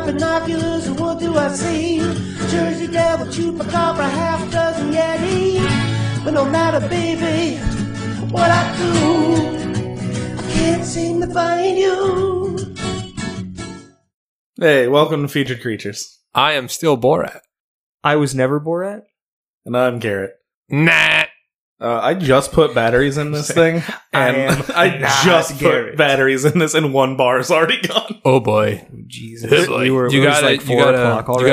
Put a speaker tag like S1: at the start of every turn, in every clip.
S1: binoculars, and what do I see? Jersey Devil, Chupacabra, half a dozen Yeti. But no matter, baby, what I do, I can't seem to find you.
S2: Hey, welcome to Featured Creatures.
S3: I am still Borat.
S4: I was never Borat.
S2: And I'm Garrett.
S3: Nah.
S2: Uh, I just put batteries in this thing,
S4: I
S2: and
S4: am
S2: I,
S4: not
S2: just
S4: Garrett.
S2: put batteries in this, and one bar is already gone.
S3: Oh boy.
S4: Jesus,
S3: you got a, you got a, you got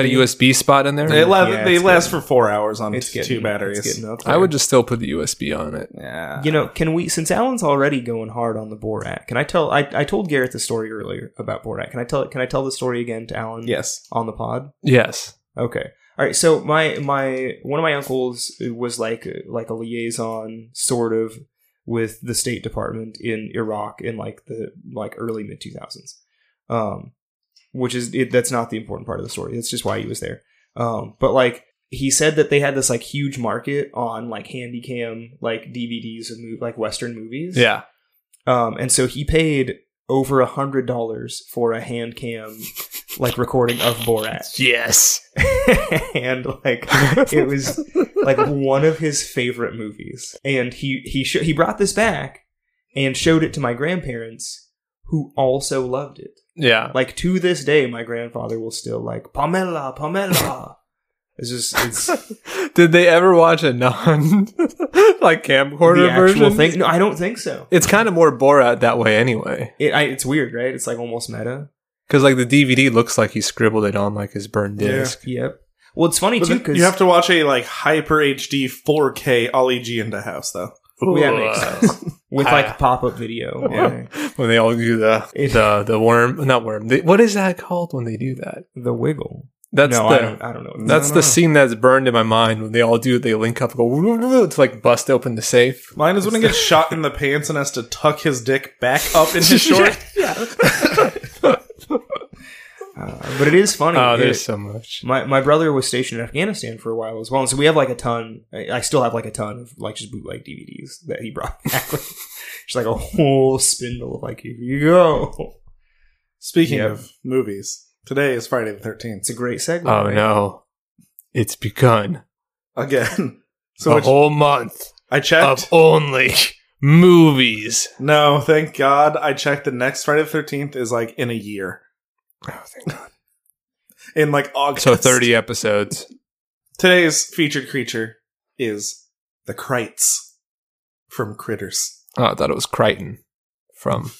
S3: a USB spot in there?
S2: They, la-
S4: Yeah,
S2: they
S4: it's
S2: last for four hours on
S4: It's getting,
S2: two batteries.
S4: It's getting up
S3: I
S4: there.
S3: would just still put the USB on it.
S2: yeah.
S4: You know, can we? Since Alan's already going hard on the Borat, can I tell? I, I told Garrett the story earlier about Borat. Can I tell it? Can I tell the story again to Alan?
S2: yes.
S4: On the pod.
S3: Yes.
S4: Okay. All right. So my my one of my uncles was like like a liaison sort of with the State Department in Iraq in like the like early mid two thousands, um, which is it, that's not the important part of the story. That's just why he was there. Um, but like he said that they had this like huge market on like handycam like DVDs of mov- like Western movies.
S3: Yeah.
S4: Um, and so he paid over a hundred dollars for a hand cam like recording of Borat
S3: Yes.
S4: and like it was like one of his favorite movies and he he sho he brought this back and showed it to my grandparents who also loved it
S3: Yeah.
S4: like to this day my grandfather will still like pamela pamela it's just it's
S3: Did they ever watch a non like camcorder
S4: the actual
S3: version?
S4: thing no i don't think so
S3: It's kind of more Borat that way anyway.
S4: it, I, it's weird right it's like almost meta
S3: Because like the DVD looks like he scribbled it on like his burned
S2: Yeah.
S3: disc.
S4: yep well it's funny
S2: But
S4: too
S2: then
S4: because
S2: you have to watch a like hyper HD 4K Ollie G into house though.
S4: yeah, it makes sense. with
S3: Ah.
S4: like pop-up video
S2: Yeah.
S3: when they all do the
S4: It-
S3: the the worm, not worm. The, what is that called when they do that?
S4: the wiggle
S3: That's
S4: no
S3: the
S4: I, don't, I don't know
S3: that's
S2: No,
S3: the
S2: no.
S3: scene that's burned in my mind when they all do it. They link up, and go to like bust open the safe.
S2: Mine is when he gets shot in the pants and has to tuck his dick back up in his shorts.
S4: Uh, but it is funny
S3: Oh,
S4: It-
S3: there's so much.
S4: My my brother was stationed in Afghanistan for a while as well, and so we have like a ton. I I still have like a ton of like just bootleg DVDs that he brought back. just like a whole spindle of like here you go.
S2: Speaking
S4: Yep.
S2: of movies, today is Friday the 13th
S4: It's a great segment.
S3: Oh
S4: right?
S3: no, it's begun.
S2: again.
S3: So
S2: So
S3: a
S2: which,
S3: whole month
S2: I
S3: of
S2: checked.
S3: only movies.
S2: No, thank God. I checked. The next Friday the 13th is like in a year,
S3: Oh, thank God.
S2: in like August.
S3: So 30 episodes.
S2: Today's featured creature is the Krites from Critters.
S3: Oh, I thought it was Crichton from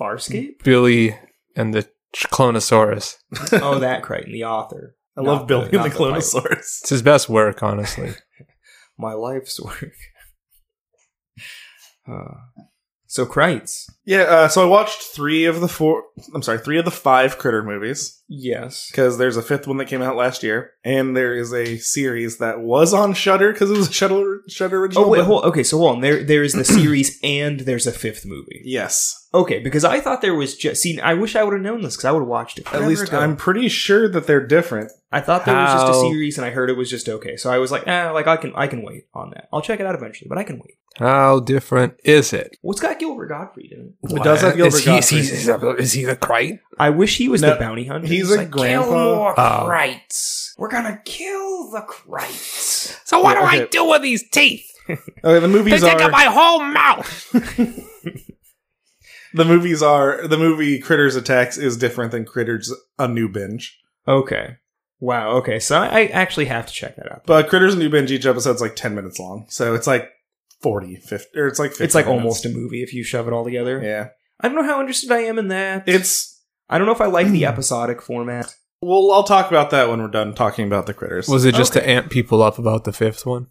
S4: Farscape.
S3: Billy and the Clonosaurus.
S4: oh, that Crichton, the author.
S2: I
S4: Not
S2: love Billy
S4: not
S2: and the
S4: pilot.
S2: Clonosaurus.
S3: It's his best work, honestly.
S4: My life's work. Uh, so Kreitz.
S2: Yeah, uh, so I watched three of the four. I'm sorry, three of the five Critter movies.
S4: Yes.
S2: because there's a fifth one that came out last year, and there is a series that was on Shutter because it was a Shutter Shutter original.
S4: Oh wait,
S2: but-
S4: hold. Okay, so hold on. There, there is the series, and there's a fifth movie.
S2: Yes,
S4: Okay, because I thought there was just. See, I wish I would have known this because I would have watched it.
S2: at
S4: forever
S2: least
S4: ago.
S2: I'm pretty sure that they're different.
S4: I thought there was just a
S3: How-
S4: series, and I heard it was just okay. So I was like, ah, like I can, I can wait on that. I'll check it out eventually, but I can wait.
S3: How different is it?
S4: What's got Gilbert Gottfried in it?
S2: It does have Gilbert
S3: is, he, is, he,
S2: Gottfried.
S3: is he- is he the Crichton?
S4: I wish he was
S2: No,
S4: the bounty hunter.
S2: he's a grandpa.
S3: Oh.
S4: Krites. We're gonna kill the Krites.
S3: So what
S2: Yeah, okay.
S3: do I do with these teeth?
S2: Okay, the movies are
S3: whole mouth.
S2: the movies are the movie Critters Attacks is different than Critters A New Binge,
S4: Okay. Wow. Okay. So I, I actually have to check that out.
S2: but Critters A New Binge each episode's like ten minutes long, so it's like 40, 50, or it's like 50
S4: It's like
S2: minutes.
S4: almost a movie if you shove it all together.
S2: yeah.
S4: I don't know how interested I am in that.
S2: It's
S4: I don't know if I like the episodic format.
S2: well, I'll talk about that when we're done talking about the critters.
S3: Was it just to amp people up about the fifth one?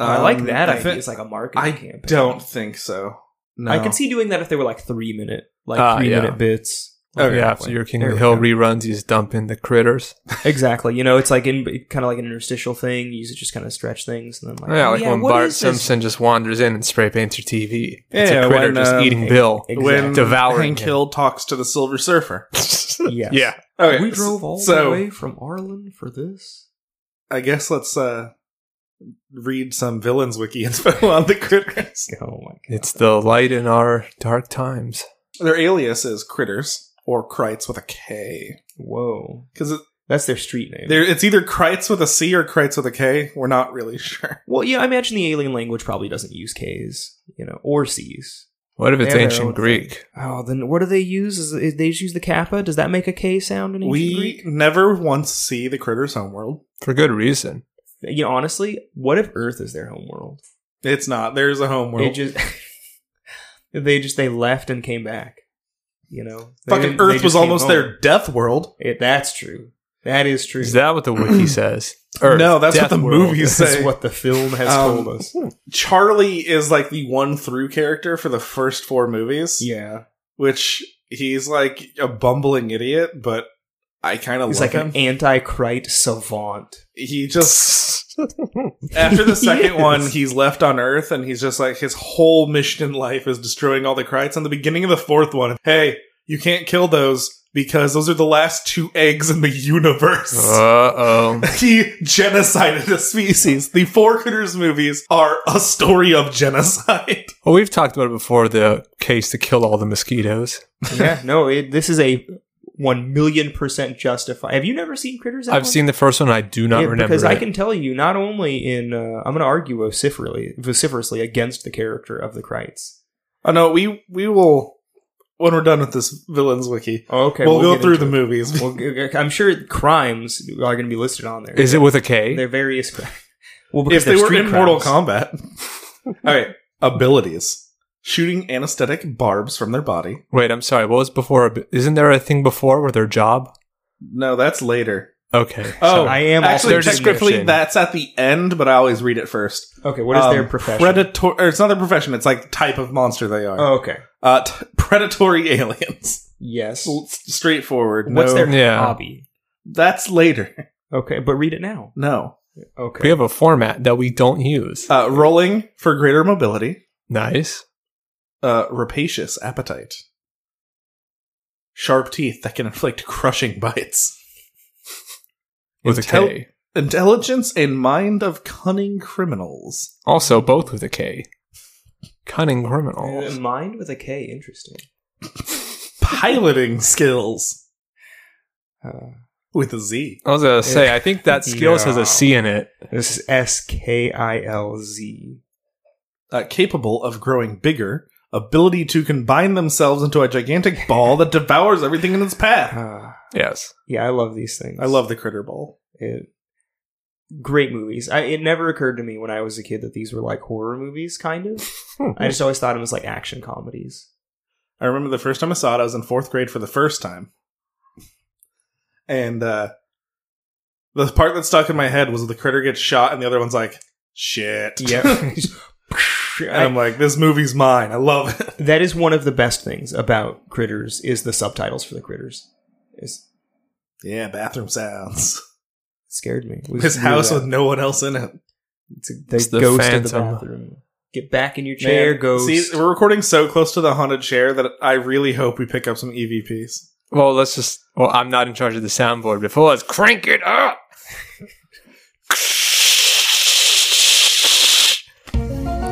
S3: Oh,
S4: I like that
S2: Um,
S4: idea.
S2: thi-
S4: it's like a marketing
S2: I
S4: campaign.
S2: don't think so. No.
S4: I could see doing that if they were like three minute, like
S3: Ah,
S4: three
S3: yeah.
S4: minute bits.
S3: Oh
S2: Okay.
S3: yeah, after your King
S4: There
S3: of the
S4: we
S3: Hill
S4: go.
S3: reruns, you just dump in the critters.
S4: exactly. You know, it's like in kind of like an interstitial thing. You use it just kind of stretch things, and then like
S3: Yeah, like when
S4: what
S3: Bart
S4: is this?
S3: Simpson just wanders in and spray paints your TV. It's
S2: Yeah,
S3: a critter
S2: when,
S3: just
S2: um,
S3: eating Bill.
S4: Exactly.
S2: when
S3: Devouring
S2: Hank
S3: him.
S2: Hill talks to the Silver Surfer.
S4: Yes.
S3: Yeah.
S2: Okay,
S4: we drove all
S2: so
S4: the way from Arlen for this.
S2: I guess let's uh, read some villains wiki info on the critters.
S4: Oh my god!
S3: It's the light in our dark times.
S2: Their alias is Critters, or Kreitz with a K.
S4: Whoa,
S2: Because
S4: that's their street name.
S2: it's either Kreitz with a C or Kreitz with a K. We're not really sure.
S4: well, yeah, I imagine the alien language probably doesn't use K's, you know, or C's.
S3: What if it's
S4: They're their own
S3: ancient Greek?
S4: Oh, then what do they use? Is, is they just use the kappa? Does that make a K sound in ancient
S2: we
S4: Greek?
S2: never once see the critter's homeworld.
S3: For good reason.
S4: You know, honestly, what if Earth is their homeworld?
S2: It's not. There's a
S4: They
S2: homeworld.
S4: just they just they left and came back. You know, They
S2: Fucking
S4: didn't- they
S2: Earth
S4: just
S2: was
S4: came
S2: almost
S4: home.
S2: their death world.
S4: It, that's true. That is true.
S3: Is that what the wiki says? Earth,
S2: No, that's what
S3: Death
S2: the
S3: World.
S2: movies
S4: That's
S2: say.
S4: what the film has
S2: Um,
S4: told us.
S2: Charlie is like the one through character for the first four movies,
S4: Yeah,
S2: which he's like a bumbling idiot, but I kind of love
S4: he's like
S2: him.
S4: an anti-Krite savant.
S2: he just after the second
S4: Yes.
S2: one, he's left on Earth, and he's just like his whole mission in life is destroying all the Krites. And the beginning of the fourth one, hey, you can't kill those because those are the last two eggs in the universe.
S3: Uh oh.
S2: he genocided a species. The Four Critters movies are a story of genocide.
S3: Well, we've talked about it before the case to kill all the mosquitoes.
S4: yeah, no, it, this is a one million percent justified. Have you never seen Critters?
S3: I've
S4: Alan?
S3: seen the first one. I do not
S4: Yeah,
S3: remember.
S4: because I
S3: it.
S4: can tell you, not only in uh, I'm going to argue vociferously, vociferously against the character of the Krites.
S2: Oh no, we we will when we're done with this villains wiki.
S4: Okay,
S2: we'll, go
S4: get
S2: through
S4: into
S2: the
S4: it.
S2: movies.
S4: Well, g- g- I'm sure crimes are going to be listed on there.
S3: Is it with a K?
S4: They're various. Cri- well,
S2: if
S4: because
S2: they
S4: they're
S2: were
S4: street
S2: in Mortal
S4: crimes.
S2: Kombat. All right, abilities: shooting anesthetic barbs from their body.
S3: Wait, I'm sorry. What was before? Isn't there a thing before with their job?
S2: No, that's later.
S3: Okay.
S2: Oh,
S4: I am also
S2: Actually,
S3: their
S2: technically,
S3: description.
S2: that's at the end, but I always read it first.
S4: Okay, what is
S2: Um,
S4: their profession?
S2: Predator. Or it's not their profession. It's like type of monster they are.
S4: oh, okay.
S2: Uh, t- predatory aliens.
S4: Yes.
S2: Straightforward.
S4: What's
S2: no-
S4: their
S3: Yeah.
S4: hobby?
S2: That's later.
S4: Okay, but read it now.
S2: No.
S4: Okay.
S3: We have a format that we don't use.
S2: Uh, rolling for greater mobility.
S3: nice.
S2: uh, rapacious appetite. Sharp teeth that can inflict crushing bites.
S3: With
S2: Intel-
S3: a K.
S2: Intelligence and mind of cunning criminals.
S3: Also, both with a K. Cunning
S4: Uh,
S3: criminals.
S4: mind with a K. Interesting.
S2: Piloting skills
S4: Uh,
S2: with a Z.
S3: I was gonna say, I think that skills has
S4: No.
S3: a C in it.
S4: this is S K I L Z.
S2: Uh, capable of growing bigger. Ability to combine themselves into a gigantic ball that devours everything in its path.
S4: Ah.
S3: Yes.
S4: Yeah, I love these things.
S2: I love the critter ball.
S4: it. Great movies. I, it never occurred to me when I was a kid that these were like horror movies, kind of.
S3: Hmm.
S4: I just always thought it was like action comedies.
S2: I remember the first time I saw it, I was in fourth grade for the first time. And uh the part that stuck in my head was the critter gets shot and the other one's like, shit.
S4: Yeah.
S2: and I'm like, this movie's mine. I love it.
S4: that is one of the best things about critters is the subtitles for the critters. It's,
S2: Yeah, bathroom sounds.
S4: it scared me. It was
S2: His
S4: really
S2: house
S4: bad.
S2: with no one else in it.
S4: It's a, the
S3: It's the
S4: ghost of the
S3: phantom.
S4: bathroom. Get back in your chair,
S2: Man,
S4: ghost.
S2: See, we're recording so close to the haunted chair that I really hope we pick up some E EVPs.
S3: Well, let's just. Well, I'm not in charge of the soundboard before. Let's crank it up.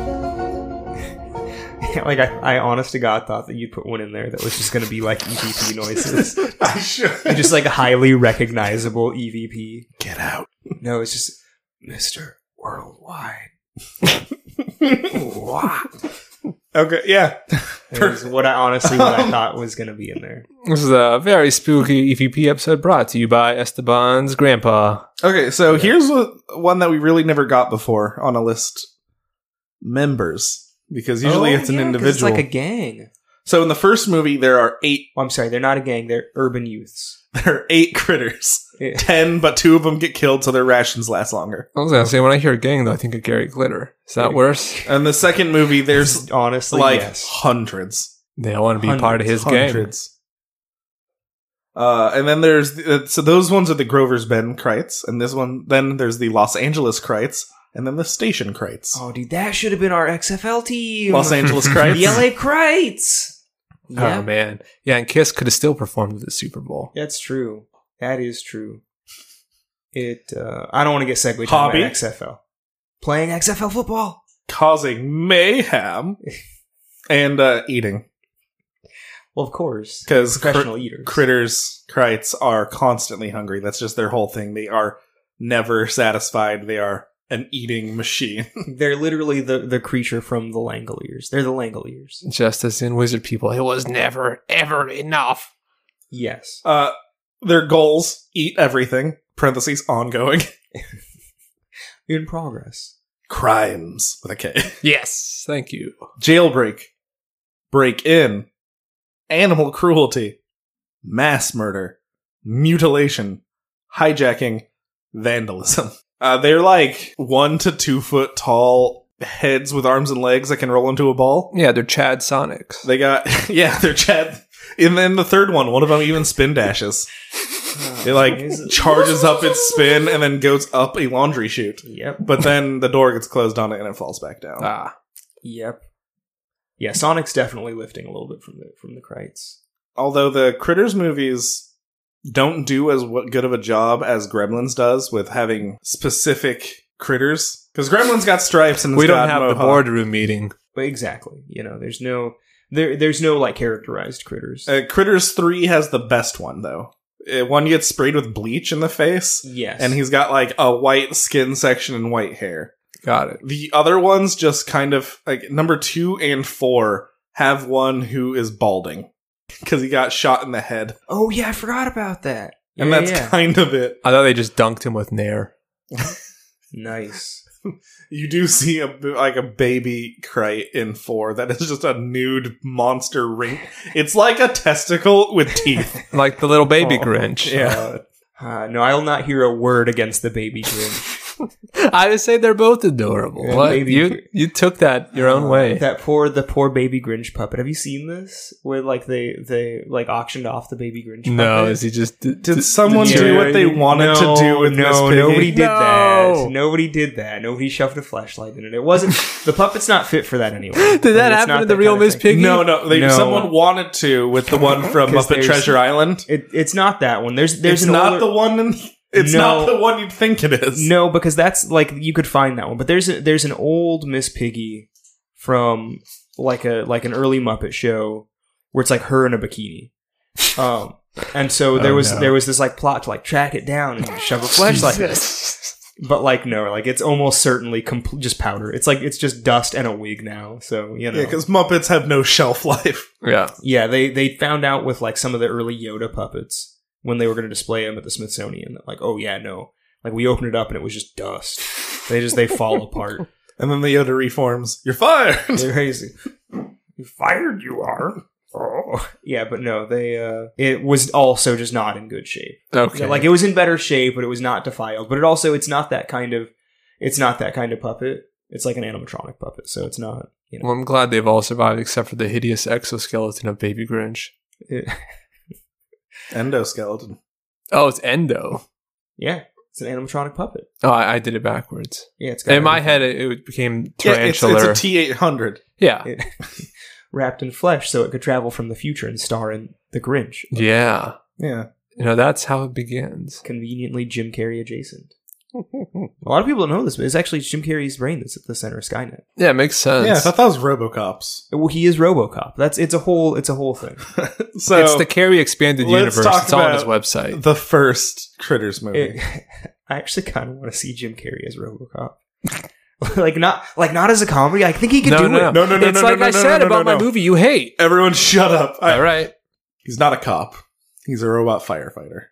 S4: like I, I, honest to God, thought that you'd put one in there that was just going to be like EVP noises,
S2: I should.
S4: just like highly recognizable EVP.
S2: Get out.
S4: No, it's just Mister Worldwide.
S2: Okay, yeah.
S4: Is what I honestly what I thought was going to be in there.
S3: This is a very spooky EVP episode brought to you by Esteban's grandpa.
S2: Okay, so here's a, one that we really never got before on a list: members, because usually
S4: Oh,
S2: it's an
S4: yeah, 'cause
S2: individual.
S4: It's like a gang.
S2: so in the first movie, there are eight.
S4: Oh, I'm sorry, they're not a gang. They're urban youths.
S2: There are eight critters,
S4: Yeah.
S2: ten, but two of them get killed, so their rations last longer.
S3: I was gonna say when I hear gang though, I think of Gary Glitter. Is that worse?
S2: And the second movie, there's
S4: Honestly,
S2: like
S4: yes.
S2: hundreds,
S3: They all want to be part of his gang.
S2: hundreds. Uh, and then there's the, so those ones are the Grover's Bend Krites, and this one then there's the Los Angeles Krites, and then the Station Krites.
S4: Oh, dude, that should have been our XFL team.
S2: Los Angeles Krites.
S4: the LA Krites.
S3: Oh man, yeah, and Kiss could have still performed at the Super Bowl.
S4: That's true. That is true. It. Uh, I don't want to get segued into
S2: Hobby?
S4: my XFL. Playing XFL football.
S2: causing mayhem and uh, eating.
S4: Well, of course,
S2: 'Cause cr-
S4: professional eaters.
S2: critters krites are constantly hungry that's just their whole thing they are never satisfied they are an eating machine
S4: They're literally the, the creature from the Langoliers. They're the Langoliers.
S3: Just as in Wizard People, it was never, ever enough.
S4: Yes.
S2: uh their goals eat everything parentheses ongoing
S4: In progress.
S2: crimes with a k
S3: Yes, thank you.
S2: jailbreak break in animal cruelty mass murder mutilation hijacking vandalism uh, they're like one to two foot tall heads with arms and legs that can roll into a ball
S3: Yeah, they're Chad Sonics.
S2: They got yeah, they're Chad. And then the third one, one of them even spin dashes. It like charges up its spin and then goes up a laundry chute.
S4: Yep.
S2: But then the door gets closed on it and it falls back down.
S3: ah,
S4: Yep. Yeah, Sonic's definitely lifting a little bit from the from the Krites.
S2: Although the Critters movies don't do as what good of a job as Gremlins does with having specific critters because Gremlins got stripes and it's
S3: we don't
S2: got
S3: have the
S2: mohawk.
S3: boardroom meeting.
S4: But exactly. You know, there's no there there's no like characterized critters.
S2: Uh, critters three has the best one though. Uh, One gets sprayed with bleach in the face.
S4: yes.
S2: and he's got like a white skin section and white hair.
S3: Got it.
S2: The other ones just kind of like number two and four have one who is balding because he got shot in the head,
S4: Oh yeah, I forgot about that.
S2: and
S4: Yeah,
S2: that's
S4: yeah.
S2: kind of it.
S3: I thought they just dunked him with Nair.
S4: nice.
S2: You do see a b- like a baby Krite in four that is just a nude monster ring. It's like a testicle with teeth.
S3: Like the little baby
S4: Oh,
S3: Grinch.
S2: yeah,
S4: Uh, no, I'll not hear a word against the baby Grinch.
S3: I would say they're both adorable.
S4: Yeah,
S3: What?
S4: maybe.
S3: You you took that your own
S4: Uh,
S3: way.
S4: That poor, the poor baby Grinch puppet. Have you seen this? Where like they they like auctioned off the baby Grinch.
S3: no,
S4: puppet?
S3: is he just did,
S2: did someone do what they wanted to do with Miss
S4: no,
S2: Piggy?
S4: nobody did
S3: No.
S4: that. Nobody did that. Nobody shoved a flashlight in it. It wasn't the puppet's not fit for that anyway.
S3: Did that happen to the real Miss
S4: Pig?
S3: Piggy?
S2: No, no, they,
S4: No.
S2: Someone wanted to with the one from
S4: 'Cause
S2: Muppet
S4: there's-
S2: Treasure Island.
S4: It, it's not that one. There's there's
S2: it's
S4: an
S2: not
S4: older-
S2: the one. In, it's
S4: No.
S2: not the one you'd think it is.
S4: no because that's like you could find that one. But there's a, there's an old Miss Piggy from like a like an early Muppet show where it's like her in a bikini. Um, and so there
S3: Oh,
S4: was
S3: no.
S4: there was this like plot to like track it down and shove a flashlight. in it. But like no, like it's almost certainly compl- just powder. It's like it's just dust and a wig now. So you know,
S2: Yeah, because Muppets have no shelf life.
S3: Yeah.
S4: Yeah, they they found out with like some of the early Yoda puppets when they were going to display them at the Smithsonian that like, oh yeah, no, like we opened it up and it was just dust. They just they fall apart.
S2: And then the Yoda reforms. You're fired.
S4: They're crazy. You fired, you are. Oh. Yeah, but no, they uh it was also just not in good shape.
S3: Okay.
S4: Yeah, like it was in better shape, but it was not defiled. But it also it's not that kind of it's not that kind of puppet. It's like an animatronic puppet, so it's not you know
S3: well, I'm glad they've all survived except for the hideous exoskeleton of Baby Grinch.
S4: it-
S2: Endoskeleton.
S3: Oh, it's Endo.
S4: yeah, it's an animatronic puppet.
S3: Oh, I, I did it backwards.
S4: Yeah, it's got
S3: In my
S4: everything.
S3: head, it, it became
S2: Yeah, it's,
S3: tarantula. Yeah,
S2: it's a T eight hundred.
S3: yeah.
S4: It- wrapped in flesh so it could travel from the future and star in The Grinch.
S2: Yeah,
S3: You know, that's how it begins.
S4: Conveniently Jim Carrey adjacent. A lot of people don't know this, but it's actually Jim Carrey's brain that's at the center of Skynet.
S3: Yeah, it makes sense.
S2: yeah. I thought that was RoboCop's.
S4: Well, he is RoboCop. That's it's a whole it's a whole thing.
S2: So
S3: it's the Carrie expanded
S2: let's
S3: universe.
S2: talk
S3: It's all on his
S2: about
S3: website.
S2: the first Critters movie.
S4: It- I actually kind of want to see Jim Carrey as RoboCop. like not like not as a comedy. I think he could
S3: No,
S4: do
S3: no,
S4: it.
S2: no,
S3: no.
S2: no, no,
S3: it's
S2: no,
S3: like
S2: no,
S3: I
S2: no, no,
S3: said
S2: no,
S3: about
S2: no,
S3: my
S2: no.
S3: movie you hate.
S2: Everyone, shut up. I-
S3: all right.
S2: He's not a cop. He's a robot firefighter.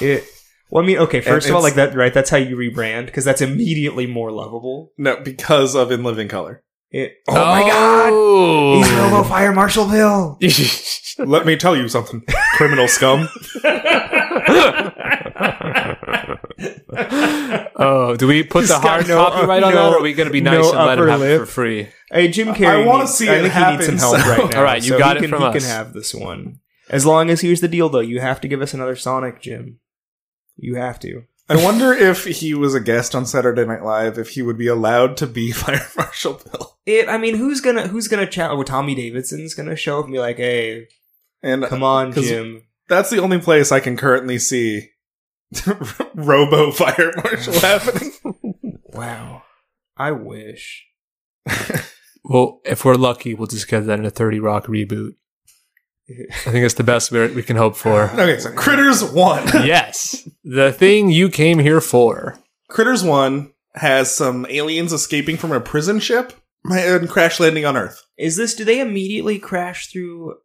S4: It, well, I mean, okay. First of all,
S2: it's-
S4: like that, right? That's how you rebrand because that's immediately more lovable.
S2: No, because of In Living Color.
S4: It, oh, my god, he's Robo
S3: Oh.
S4: Fire Marshal Bill.
S2: Let me tell you something, criminal scum.
S3: oh, do we put
S4: He's
S3: the
S4: got
S3: hard
S4: no-
S3: copyright on
S2: uh,
S4: no-
S3: that, or are we going to be nice
S4: no
S3: and let him
S4: upper
S3: have it for
S4: lip.
S3: free?
S4: Hey, Jim Carrey.
S2: wanna
S4: needs-
S2: see
S4: I
S2: it
S4: think he needs some
S2: happen,
S4: help
S2: so-
S4: right now.
S3: All right, you
S4: so
S3: got
S4: he
S3: it
S4: can,
S3: from
S4: he
S3: us.
S4: can have this one. As long as here's the deal, though, you have to give us another Sonic, Jim. You have to.
S2: I wonder if he was a guest on Saturday Night Live, if he would be allowed to be Fire Marshal Bill.
S4: It. I mean, who's gonna who's gonna chat? Well, Tommy Davidson's gonna show up and be like, "Hey,
S2: And
S4: come on,
S2: 'Cause-
S4: Jim."
S2: that's the only place I can currently see Robo Fire Marshal happening.
S4: Wow. I wish.
S3: Well, if we're lucky, we'll just get that in a 30 Rock reboot. I think it's the best we we can hope for.
S2: Okay, so Critters 1.
S3: yes, the thing you came here for.
S2: Critters 1 has some aliens escaping from a prison ship and crash landing on Earth.
S4: Is this? Do they immediately crash through?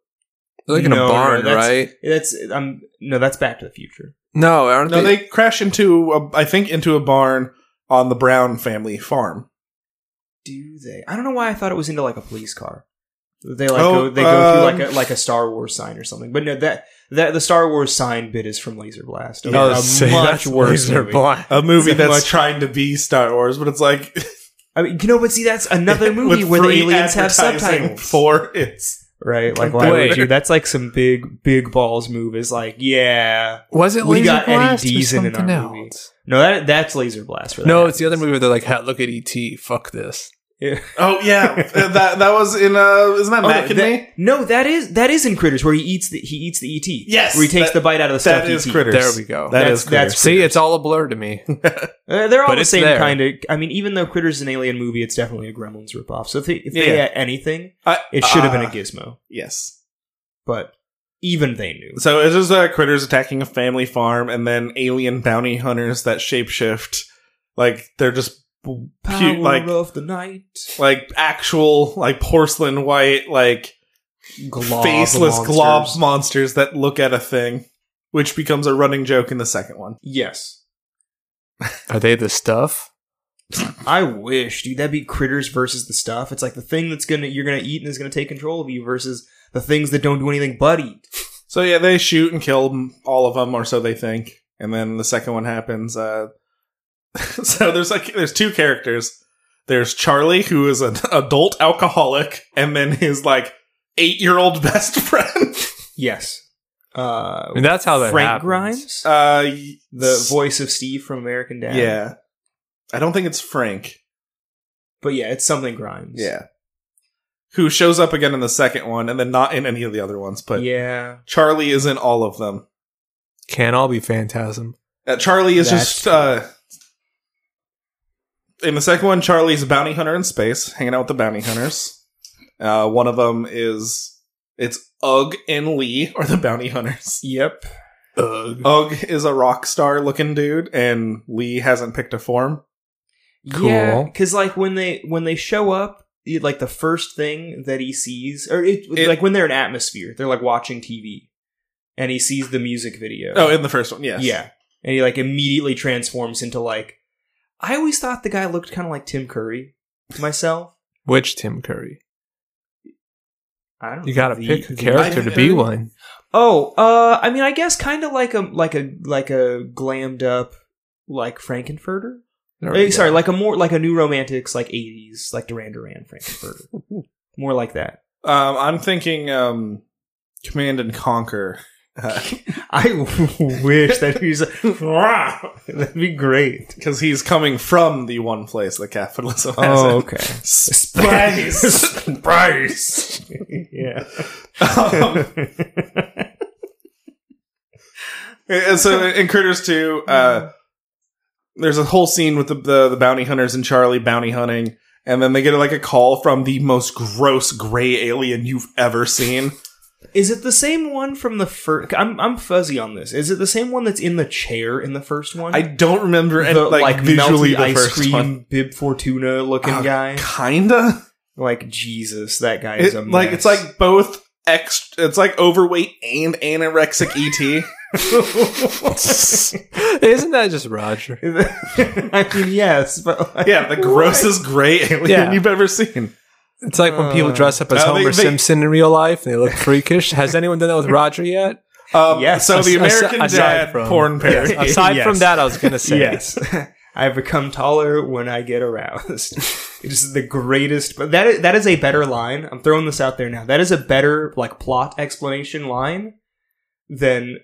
S5: Like in
S4: No,
S5: a
S4: no,
S5: barn,
S4: that's-
S5: right?
S4: That's um. No, that's Back to the Future.
S5: No, aren't
S2: No,
S5: they?
S2: they crash into, a, I think, into a barn on the Brown family farm.
S4: Do they? I don't know why I thought it was into like a police car. They like
S2: Oh,
S4: go, they go
S2: um,
S4: through like a like a Star Wars sign or something. But no, that that the Star Wars sign bit is from Laser Blast.
S2: No,
S4: A
S3: say
S4: much
S3: Oh, that's
S4: worse.
S3: laser
S4: movie.
S3: blind.
S2: A movie
S4: So
S2: that's
S4: much-
S2: trying to be Star Wars, but it's like
S4: I mean, you know, but see, that's another movie
S2: with
S4: where the
S2: free
S4: aliens have
S2: advertising
S4: subtitles.
S2: for its.
S4: right? Like, why
S3: Wait.
S4: would you? That's like some big, big balls move. Is like, yeah,
S3: Was it
S4: We
S3: Laser
S4: got Eddie
S3: Blast or
S4: Deason in our
S3: something
S4: movie.
S3: else?
S4: no, that that's Laser Blast. For that
S3: No, it's the other movie where they're like, "Ha, "Look at ET. Fuck this."
S4: Yeah.
S2: Oh yeah, Uh, that that was in uh, isn't that
S4: Oh, no,
S2: Mac and
S4: that-
S2: Me?
S4: No, that is that is in Critters where he eats the he eats the ET.
S2: Yes,
S4: where he takes
S2: that-
S4: the bite out of the
S2: That
S4: stuffed
S2: is
S4: ET.
S2: Critters.
S3: There we go.
S2: That
S4: That's-
S2: is Critters.
S4: that's-
S3: See, it's all a blur to me.
S4: Uh, they're all
S3: But
S4: the
S3: it's
S4: same
S3: there.
S4: kind of. I mean, even though Critters is an alien movie, it's definitely a Gremlins ripoff. So if they, if they
S2: Yeah.
S4: had anything,
S2: I-
S4: it should have been
S2: uh,
S4: a Gizmo.
S2: yes.
S4: But even they knew.
S2: So it's just uh, critters attacking a family farm, and then alien bounty hunters that shapeshift. Like they're just pu-
S4: Power
S2: like
S4: of the night,
S2: like actual like porcelain white like
S4: glob
S2: faceless
S4: monsters.
S2: glob monsters that look at a thing, which becomes a running joke in the second one.
S4: Yes,
S3: Are they the stuff?
S4: I wish, dude. That'd be critters versus the stuff. It's like the thing that's gonna you're gonna eat and is gonna take control of you versus the things that don't do anything but eat.
S2: So yeah, they shoot and kill m- all of them, or so they think. And then the second one happens. Uh, so there's like there's two characters. There's Charlie, who is an adult alcoholic, and then his like eight year old best friend.
S4: Yes. Uh,
S3: I mean, that's how that
S4: Frank
S3: happens.
S4: Grimes,
S2: Uh,
S4: the voice of Steve from American Dad.
S2: Yeah, I don't think it's Frank.
S4: but yeah, it's something Grimes.
S2: who shows up again in the second one, and then not in any of the other ones. But
S4: yeah.
S2: Charlie is in all of them.
S3: Can all be phantasm.
S2: Uh, Charlie is
S4: That's
S2: just uh, in the second one. Charlie's a bounty hunter in space, hanging out with the bounty hunters. Uh, one of them is it's Ugg and Lee are the bounty hunters.
S4: Yep.
S2: Ugg is a rock star looking dude, and Lee hasn't picked a form.
S3: Cool.
S4: Yeah, because like when they when they show up, it, like the first thing that he sees, or it,
S2: It-
S4: like when they're in atmosphere, they're like watching TV, and he sees the music video.
S2: Oh, in the first one, yes.
S4: Yeah. And he like immediately transforms into like I always thought the guy looked kind of like Tim Curry myself.
S3: Which Tim Curry?
S4: I don't
S3: You
S4: know,
S3: gotta
S4: the-
S3: pick a
S4: the-
S3: character to be one.
S4: Oh, uh I mean I guess kind of like a like a like a glammed up like Frankenfurter.
S3: There
S4: Eh,
S3: we
S4: Sorry,
S3: go.
S4: like a more like a new romantics like 80s like Duran Duran Frankenfurter. more like that.
S2: Um, I'm thinking um, Command and Conquer. Uh,
S4: I wish that he was that'd be great.
S2: because he's coming from the one place that capitalism has
S4: Oh,
S2: it.
S4: okay.
S2: Space.
S4: Bryce. yeah.
S2: um, and so in Critters 2, uh, there's a whole scene with the, the the bounty hunters and Charlie bounty hunting, and then they get like a call from the most gross gray alien you've ever seen.
S4: Is it the same one from the first? I'm I'm fuzzy on this. Is it the same one that's in the chair in the first one?
S2: I don't remember
S4: the,
S2: any, like, visually the first one.
S4: Bib Fortuna looking
S2: Oh,
S4: guy.
S2: Kinda.
S4: Like Jesus, that guy
S2: It,
S4: is a mess.
S2: like it's like both ex it's like overweight and anorexic E ET.
S3: Isn't that just Roger?
S4: I mean, yes, but like,
S2: Yeah, the grossest gray alien
S3: Yeah.
S2: you've ever seen.
S3: It's like when people
S4: Uh,
S3: dress up as
S2: uh, they-
S3: Homer
S2: they-
S3: Simpson in real life and they look freakish. Has anyone done that with Roger yet?
S2: Um,
S4: Yes,
S2: so the
S3: as- as-
S2: American
S3: aside
S2: Dad
S3: from-
S2: porn parody.
S3: Aside
S4: Yes.
S3: from that, I was gonna say
S4: yes. I become taller when I get aroused. it is the greatest, but that is, that is a better line. I'm throwing this out there now. That is a better like plot explanation line than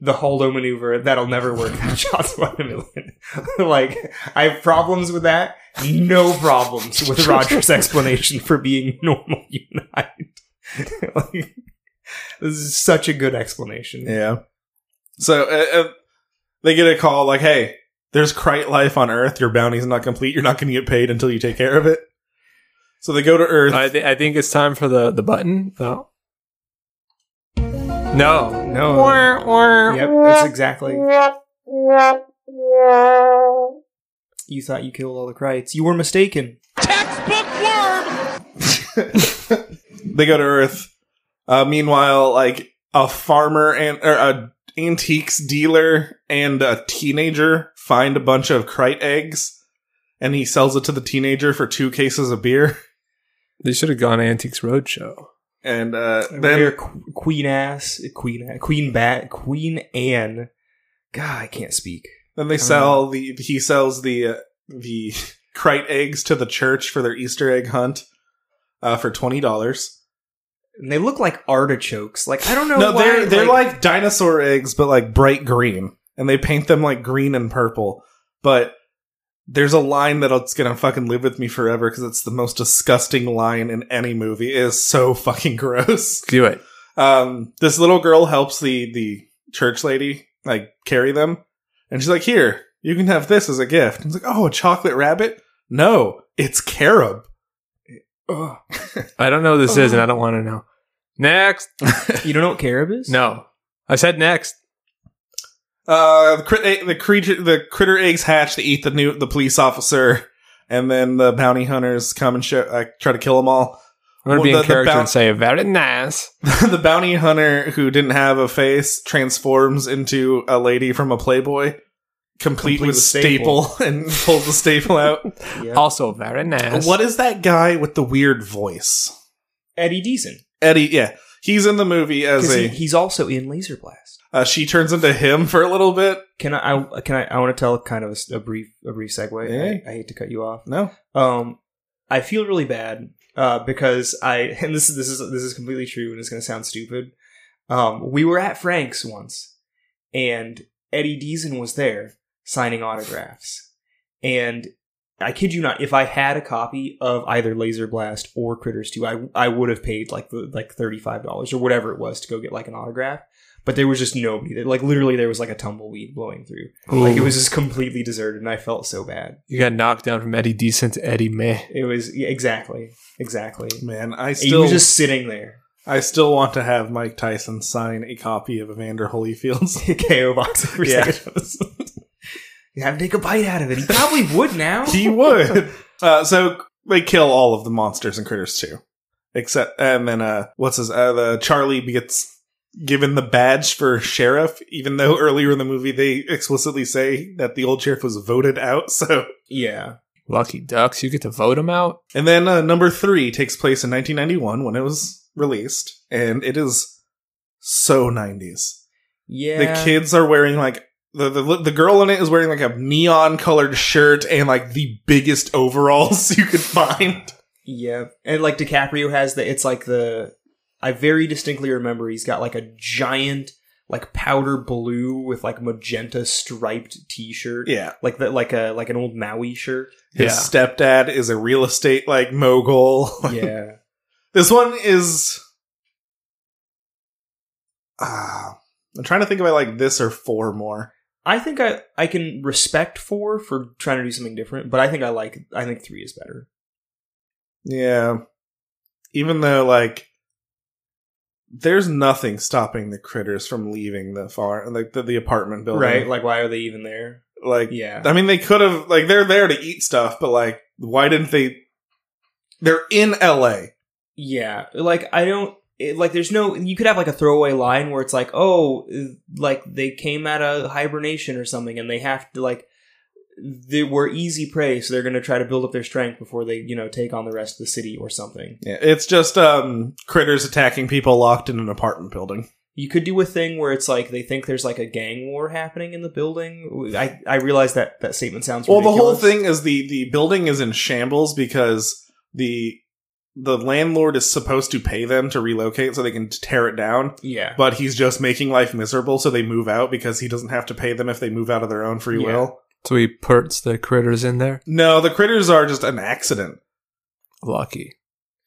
S4: the Holdo maneuver. That'll never work. That shot's one in a million. like I have problems with that. No problems with Roger's explanation for being normal unite. like, this is such a good explanation.
S2: Yeah. So uh, uh, they get a call like, "Hey, there's Krite life on Earth. Your bounty's not complete. You're not going to get paid until you take care of it." So they go to Earth.
S3: I, thi- I think it's time for the the button. Oh. No.
S4: No. Yep, that's exactly. You thought you killed all the Krites. You were mistaken.
S2: They go to Earth. Uh, meanwhile, like a farmer and or a antiques dealer and a teenager find a bunch of Krite eggs, and he sells it to the teenager for two cases of beer.
S3: They should have gone Antiques Roadshow.
S2: And uh,
S4: Then,
S2: then
S4: queen ass, eh, queen, queen bat, queen Anne. God, I can't speak.
S2: then they sell the he sells the uh, the Krite eggs to the church for their Easter egg hunt uh, for twenty dollars.
S4: And they look like artichokes. Like I don't know.
S2: No,
S4: why,
S2: they're they're like, dinosaur eggs, but like bright green, and they paint them like green and purple. But there's a line that's gonna fucking live with me forever because it's the most disgusting line in any movie. It is so fucking gross.
S3: Do it.
S2: Um, this little girl helps the the church lady like carry them, and she's like, "Here, you can have this as a gift." And it's like, "Oh, a chocolate rabbit? No, it's carob." Uh,
S4: Ugh.
S3: I don't know what this is, and I don't want to know. Next.
S4: you don't know what carob is?
S3: No. I said next.
S2: Uh, the, crit- the creature, the critter eggs hatch to eat the new the police officer, and then the bounty hunters come and show, uh, try to kill them all.
S3: I'm going to
S2: Well,
S3: be in
S2: the- the
S3: character
S2: boun-
S3: and say, very nice.
S2: the bounty hunter who didn't have a face transforms into a lady from a Playboy, complete,
S4: Complete
S2: with
S4: with
S2: staple, and pulls the staple out.
S4: Yeah.
S3: Also very nice.
S2: What is that guy with the weird voice?
S4: Eddie Deason.
S2: Eddie, yeah, he's in the movie as
S4: Because
S2: a
S4: he, he's also in Laser Blast.
S2: uh, she turns into him for a little bit.
S4: Can I? I can I? I want to tell kind of a s- a, brief a brief segue.
S2: Yeah.
S4: I, I hate to cut you off.
S2: No,
S4: Um, I feel really bad uh, because I and this is this is this is completely true and it's going to sound stupid. Um, we were at Frank's once, and Eddie Deason was there signing autographs, and I kid you not, if I had a copy of either Laser Blast or Critters Two, I I would have paid like the, like thirty five dollars or whatever it was to go get like an autograph. But there was just nobody. There. Like literally, there was like a tumbleweed blowing through. Like it was just completely deserted, and I felt so bad.
S3: You got knocked down from Eddie Decent to Eddie Meh.
S4: It was yeah, exactly, exactly.
S2: man, I
S4: he
S2: still
S4: was just sitting there,
S2: I still want to have Mike Tyson sign a copy of Evander Holyfield's
S4: KO boxing for
S2: Yeah.
S4: seconds. You have to take a bite out of it. He probably would now.
S2: he would. Uh, so they kill all of the monsters and critters too, except and then uh, what's his? Uh, the Charlie gets given the badge for sheriff, even though earlier in the movie they explicitly say that the old sheriff was voted out. So
S4: yeah,
S3: Lucky Ducks, you get to vote him out?
S2: and then uh, number three takes place in 1991 when it was released, and it is so 90s.
S4: yeah.
S2: the kids are wearing like the, the the girl in it is wearing like a neon colored shirt and like the biggest overalls you could find.
S4: Yeah, and like DiCaprio has the. It's like the. I very distinctly remember he's got like a giant, like powder blue with like magenta striped T-shirt,
S2: Yeah,
S4: like that, like a like an old Maui shirt.
S2: his
S3: Yeah.
S2: stepdad is a real estate like mogul.
S4: Yeah,
S2: this one is. Ah, I'm trying to think about like this or four more.
S4: I think I I can respect four for trying to do something different, but I think I like I think three is better.
S2: Yeah, even though like. There's nothing stopping the critters from leaving the farm, like the, the apartment building.
S4: Right? Like, why are they even there?
S2: Like,
S4: Yeah.
S2: I mean, they could have like they're there to eat stuff, but like, why didn't they? They're in L.A.
S4: Yeah. Like, I don't. It, like, there's no. You could have, like, a throwaway line where it's like, oh, like, they came out of hibernation or something, and they have to, like, they were easy prey, so they're going to try to build up their strength before they, you know, take on the rest of the city or something.
S2: Yeah, it's just um critters attacking people locked in an apartment building.
S4: You could do a thing where it's like they think there's, like, a gang war happening in the building. I, I realize that that statement sounds
S2: Well, the whole
S4: ridiculous.
S2: thing is the the building is in shambles because the the landlord is supposed to pay them to relocate so they can tear it down,
S4: Yeah.
S2: but he's just making life miserable so they move out because he doesn't have to pay them if they move out of their own free
S4: Yeah.
S2: will.
S3: So he puts the critters in there?
S2: No, the critters are just an accident.
S3: Lucky.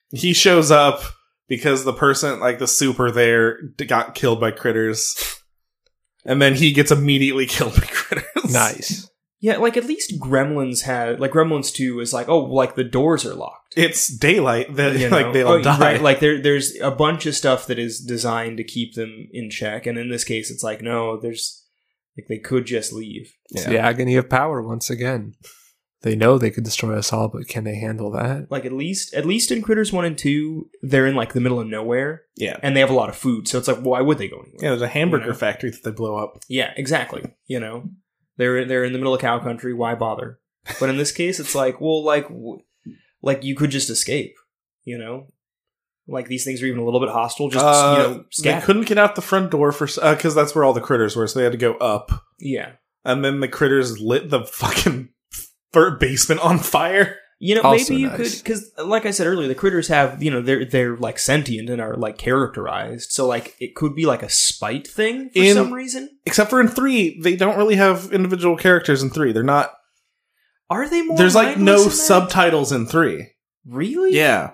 S2: he shows up because the person like the super there d- got killed by critters and then he gets immediately killed by critters
S3: Nice.
S4: Yeah, like at least Gremlins had like Gremlins Two is like oh like the doors are locked.
S2: It's daylight that
S4: you know?
S2: like they all
S4: Oh,
S2: die.
S4: right, Like there, there's a bunch of stuff that is designed to keep them in check, and in this case, it's like no, there's like they could just leave.
S3: It's the agony of power once again. They know they could destroy us all, but can they handle that?
S4: Like at least, at least in Critters One and Two, they're in like the middle of nowhere,
S2: yeah.
S4: and they have a lot of food, so it's like why would they go anywhere?
S2: Yeah, there's a hamburger
S4: You know?
S2: factory that they blow up.
S4: Yeah, exactly. You know, they're they're in the middle of cow country. Why bother? But in this case, it's like, well, like, w- like you could just escape. You know, like these things are even a little bit hostile. Just
S2: Uh,
S4: you know,
S2: they
S4: scatter.
S2: couldn't get out the front door for because that's where all the critters were, so they had to go up.
S4: yeah.
S2: And then the critters lit the fucking fir- basement on fire.
S4: You know,
S3: Also
S4: maybe you
S3: nice.
S4: could because, like I said earlier, the critters have you know they're they're like sentient and are like characterized. So like it could be like a spite thing for
S2: In-
S4: some reason.
S2: Except for in three, they don't really have individual characters in three. They're not.
S4: Are they more?
S2: there's like no
S4: mindless in that?
S2: subtitles in three.
S4: Really?
S2: Yeah,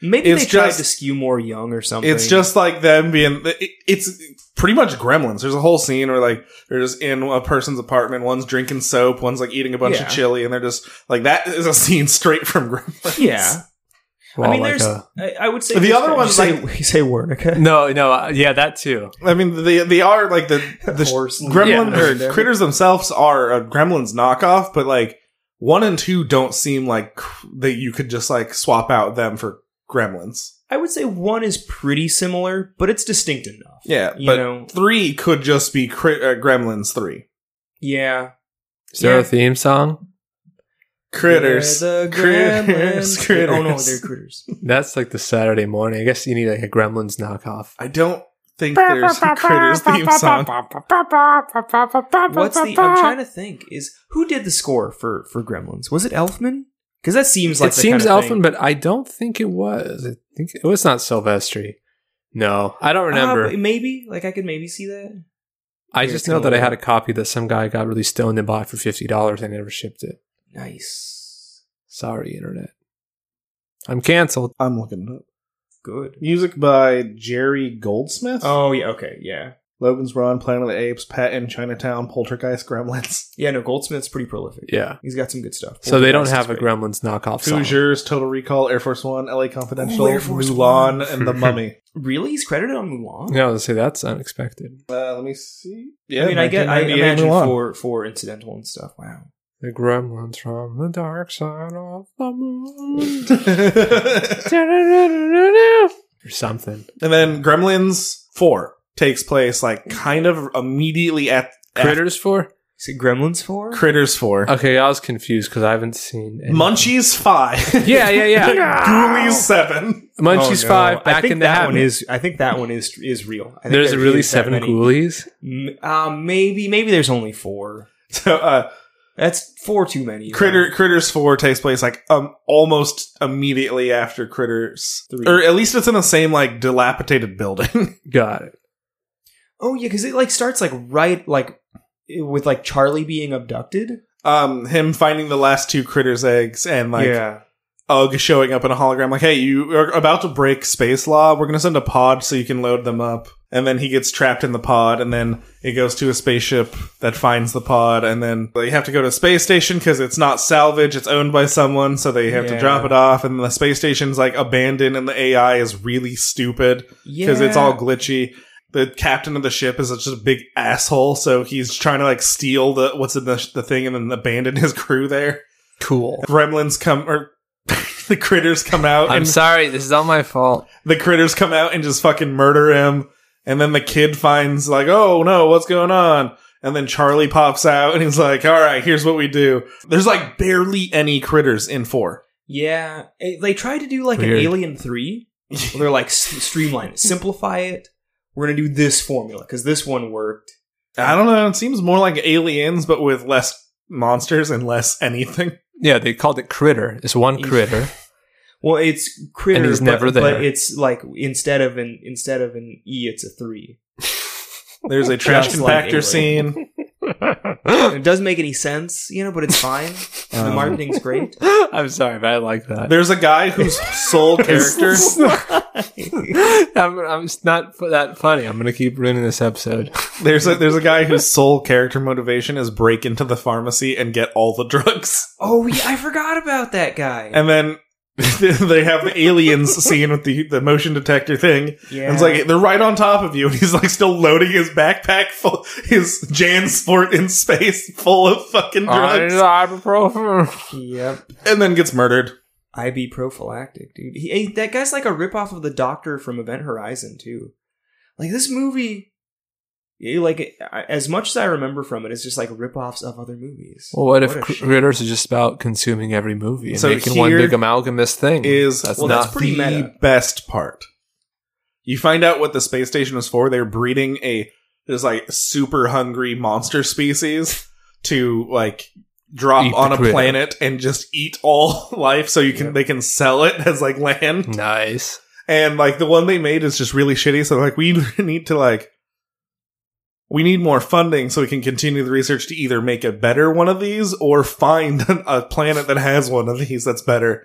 S4: Maybe
S2: It's
S4: they tried
S2: just-
S4: to skew more young or something.
S2: it's just like them being. it- It's pretty much Gremlins. There's a whole scene where like they're just in a person's apartment. One's drinking soap. One's like eating a bunch
S4: Yeah.
S2: of chili, and they're just like that is a scene straight from Gremlins.
S4: yeah.
S3: Well,
S4: I mean,
S3: like
S4: there's.
S3: a-
S4: I, I would say
S2: The
S4: there's-
S2: other
S4: you
S2: one's
S4: say,
S2: like-
S4: you say Wernicke.
S3: no, no, uh, yeah, that too.
S2: I mean, they they are like the the
S4: Horse and-
S2: gremlin
S4: Yeah.
S2: or critters themselves are a gremlins knockoff, but like one and two don't seem like cr- that you could just like swap out them for gremlins.
S4: I would say one is pretty similar, but it's distinct enough.
S2: Yeah,
S4: you
S2: but
S4: know.
S2: three could just be cri- uh, gremlins three
S4: Yeah,
S3: Is there
S4: Yeah.
S3: a theme song?
S2: critters.
S4: They're the
S2: Critters,
S4: gremlins.
S2: critters.
S4: Oh no, they're critters.
S3: That's like the Saturday morning. I guess you need like a Gremlins knockoff.
S2: I don't think there's a critters theme song.
S4: What's the? I'm trying to think. Is who did the score for for Gremlins? Was it Elfman? Because that seems like
S3: it
S4: the
S3: seems
S4: kind of
S3: Elfin,
S4: thing-
S3: but I don't think it was. I think it was not Silvestri. No, I don't remember.
S4: Uh, but maybe like I could maybe see that.
S3: I
S4: Here,
S3: just know
S4: tell
S3: that I
S4: me.
S3: had a copy that some guy got really stoned and bought for fifty dollars and never shipped it.
S4: Nice.
S3: Sorry, internet. I'm canceled.
S2: I'm looking it up.
S4: Good.
S2: Music by Jerry Goldsmith.
S4: Oh yeah. Okay. Yeah.
S2: Logan's Run, Planet of the Apes, Pet in Chinatown, Poltergeist, Gremlins,
S4: Yeah. No. Goldsmith's pretty prolific.
S3: Yeah.
S4: He's got some good stuff.
S3: So they don't
S4: Poltergeist
S3: have
S4: is
S3: a
S4: great.
S3: Gremlins knockoff song.
S2: Hoosiers, Total Recall, Air Force One, L.A. Confidential,
S4: Ooh, Air Force
S2: Mulan,
S4: One.
S2: and The Mummy.
S4: Really, he's credited on Mulan.
S3: Yeah, I was gonna say that's unexpected.
S2: Uh, let me see. Yeah,
S4: I mean, I get. I
S2: 1998
S4: imagine
S2: Mulan.
S4: for for incidental and stuff. Wow.
S3: The Gremlins from the dark side of the moon, or something.
S2: and then Gremlins Four takes place like kind of immediately at at
S3: Critters for?
S4: Is it Gremlins four?
S2: Critters Four,
S3: Okay, I was confused because I haven't seen any-
S2: Munchies Five,
S3: Yeah, yeah, yeah.
S2: Ghoulies Seven.
S3: Munchies
S4: Oh, no.
S3: Five.
S4: I
S3: Back
S4: think
S3: in the
S4: that
S3: habit.
S4: one is. I think that one is is real. I think
S3: There's
S4: there
S3: really
S4: is that
S3: seven
S4: many.
S3: ghoulies.
S4: M- Uh, maybe maybe there's only four.
S2: So uh,
S4: That's four too many.
S2: Critter Critters Four takes place like um almost immediately after Critters
S4: Three.
S2: or at least it's in the same like dilapidated building.
S3: Got it.
S4: Oh yeah, because it like starts like right like with like Charlie being abducted.
S2: um, him finding the last two Critters eggs and like Ugg showing up in a hologram, like, hey, you are about to break space law. We're going to send a pod so you can load them up. And then he gets trapped in the pod, and then it goes to a spaceship that finds the pod. And then they have to go to a space station because it's not salvage, it's owned by someone, so they have to
S4: Yeah.
S2: drop it off. And the space station's like abandoned, and the AI is really stupid
S4: yeah,
S2: because it's all glitchy. The captain of the ship is just a big asshole, so he's trying to like steal the what's in the, the thing and then abandon his crew there
S3: Cool.
S2: gremlins come or the critters come out
S3: I'm
S2: and
S3: sorry. This is all my fault.
S2: the critters come out and just fucking murder him and then the kid finds like oh no what's going on and then charlie pops out and he's like all right here's what we do there's like barely any critters in four
S4: yeah. It- they tried to do like
S3: Weird.
S4: an Alien three. Well, they're like s- streamline it, simplify it. We're gonna do this formula because this one worked.
S2: i don't know it seems more like aliens but with less monsters and less anything
S3: Yeah, they called it critter. It's one critter.
S4: Well, it's critter,
S3: And he's
S4: but-
S3: never there.
S4: but it's like instead of an instead of an e, it's a three.
S2: there's a trash
S4: Just like
S2: compactor
S4: alien.
S2: scene
S4: it doesn't make any sense, you know, but it's fine. the
S2: Um,
S4: marketing's great.
S3: I'm sorry, but I like that.
S2: There's a guy whose sole character.
S3: I'm, I'm it's not f- that funny. I'm gonna keep ruining this episode.
S2: There's a there's a guy whose sole character motivation is break into the pharmacy and get all the drugs.
S4: Oh, yeah, I forgot about that guy.
S2: And then they have the aliens scene with the, the motion detector thing.
S4: yeah.
S2: And it's like they're right on top of you, and he's like still loading his backpack full, his JanSport in space full of fucking drugs,
S3: ibuprofen.
S4: yep.
S2: and then gets murdered.
S4: IB prophylactic, dude. He, hey, that guy's like a ripoff of the Doctor from Event Horizon, too. Like, this movie, yeah, like, I- as much as I remember from it, it's just like ripoffs of other movies.
S3: Well, what if
S4: a shame.
S3: critters are just about consuming every movie and
S2: So
S3: making one
S2: here
S3: big amalgamous thing?
S2: Is
S3: that's
S2: well,
S3: not
S2: that's pretty the
S4: meta.
S2: best part. You find out what the space station was for. They're breeding a this like super hungry monster species to like drop
S3: Eat the
S2: on a
S3: critter.
S2: planet and just eat all life, so you can
S4: Yeah.
S2: they can sell it as like land.
S3: nice?
S2: And like the one they made is just really shitty. So like we need to like we need more funding so we can continue the research to either make a better one of these or find a planet that has one of these that's better.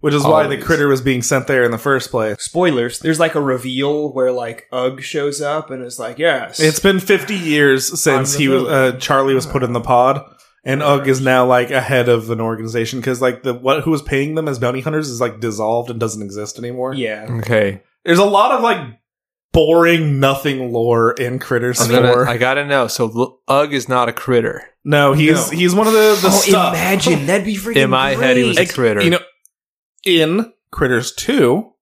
S2: Which is why the
S3: Always.
S2: critter was being sent there in the first place.
S4: Spoilers. There's like a reveal where like Ugg shows up and is like, yes.
S2: It's been 50 years since
S4: the
S2: he was
S4: villain.
S2: uh, Charlie was put in the pod and Ugg is now like a head of an organization cuz like the what who was paying them as bounty hunters is like dissolved and doesn't exist anymore.
S4: yeah.
S3: Okay,
S2: There's a lot of like boring nothing lore in Critters
S3: I'm
S2: 4.
S3: gonna, I gotta know. So L- Ugg is not a critter.
S2: No, he's
S4: No.
S2: he's one of the the
S4: oh,
S2: stuff.
S4: imagine that'd be freaking.
S3: In my head, he was a
S4: great.
S3: critter.
S2: You know, in Critters Two,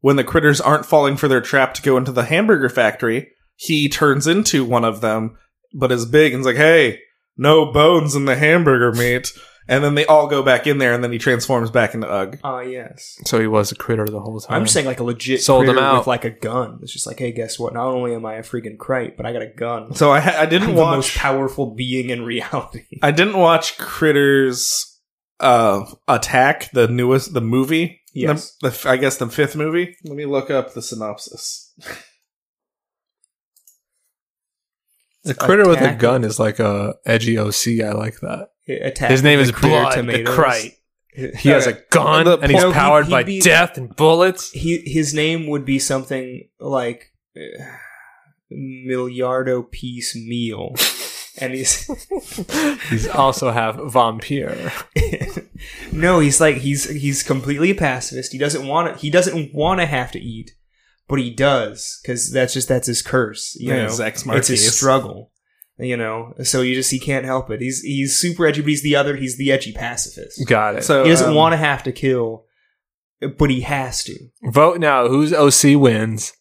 S2: when the critters aren't falling for their trap to go into the hamburger factory, he turns into one of them, but is big and's like, "Hey, no bones in the hamburger meat." And then they all go back in there, and then he transforms back into Ugg.
S4: Ah, yes.
S3: so he was a critter the whole time.
S4: I'm just saying, like a legit
S3: Sold
S4: critter
S3: him out.
S4: with like a gun. It's just like, hey, guess what? Not only am I a freaking crate, but I got a gun.
S2: So I ha- I
S4: I'm
S2: didn't
S4: the most
S2: watch
S4: powerful being in reality.
S2: I didn't watch Critters uh attack the newest the movie
S4: Yes.
S2: the, the, i guess the fifth movie let me look up the synopsis
S3: the critter with a
S4: Attack.
S3: gun is like a edgy OC. I like that.
S4: Attack
S3: His name is
S4: critter
S3: Blood the Crite. He
S4: All
S3: has
S4: right.
S3: a gun
S2: The
S3: and he's
S4: point-
S3: powered
S4: he- he
S3: by
S4: beat-
S3: death and bullets.
S4: He his name would be something like uh, Milliardo Piece Meal, and he's.
S3: He's also have vampire.
S4: no, he's like he's he's completely a pacifist. He doesn't want to he doesn't want to have to eat, but he does because that's just that's his curse. You
S2: Yeah,
S4: know,
S2: Zack
S4: it's
S2: Smarties.
S4: his struggle. You know, so you just he can't help it. He's he's super edgy, but he's the other. He's the edgy pacifist.
S3: Got it. So
S2: so
S4: he doesn't
S2: um,
S4: want to have to kill, but he has to.
S3: vote now. Whose OC wins?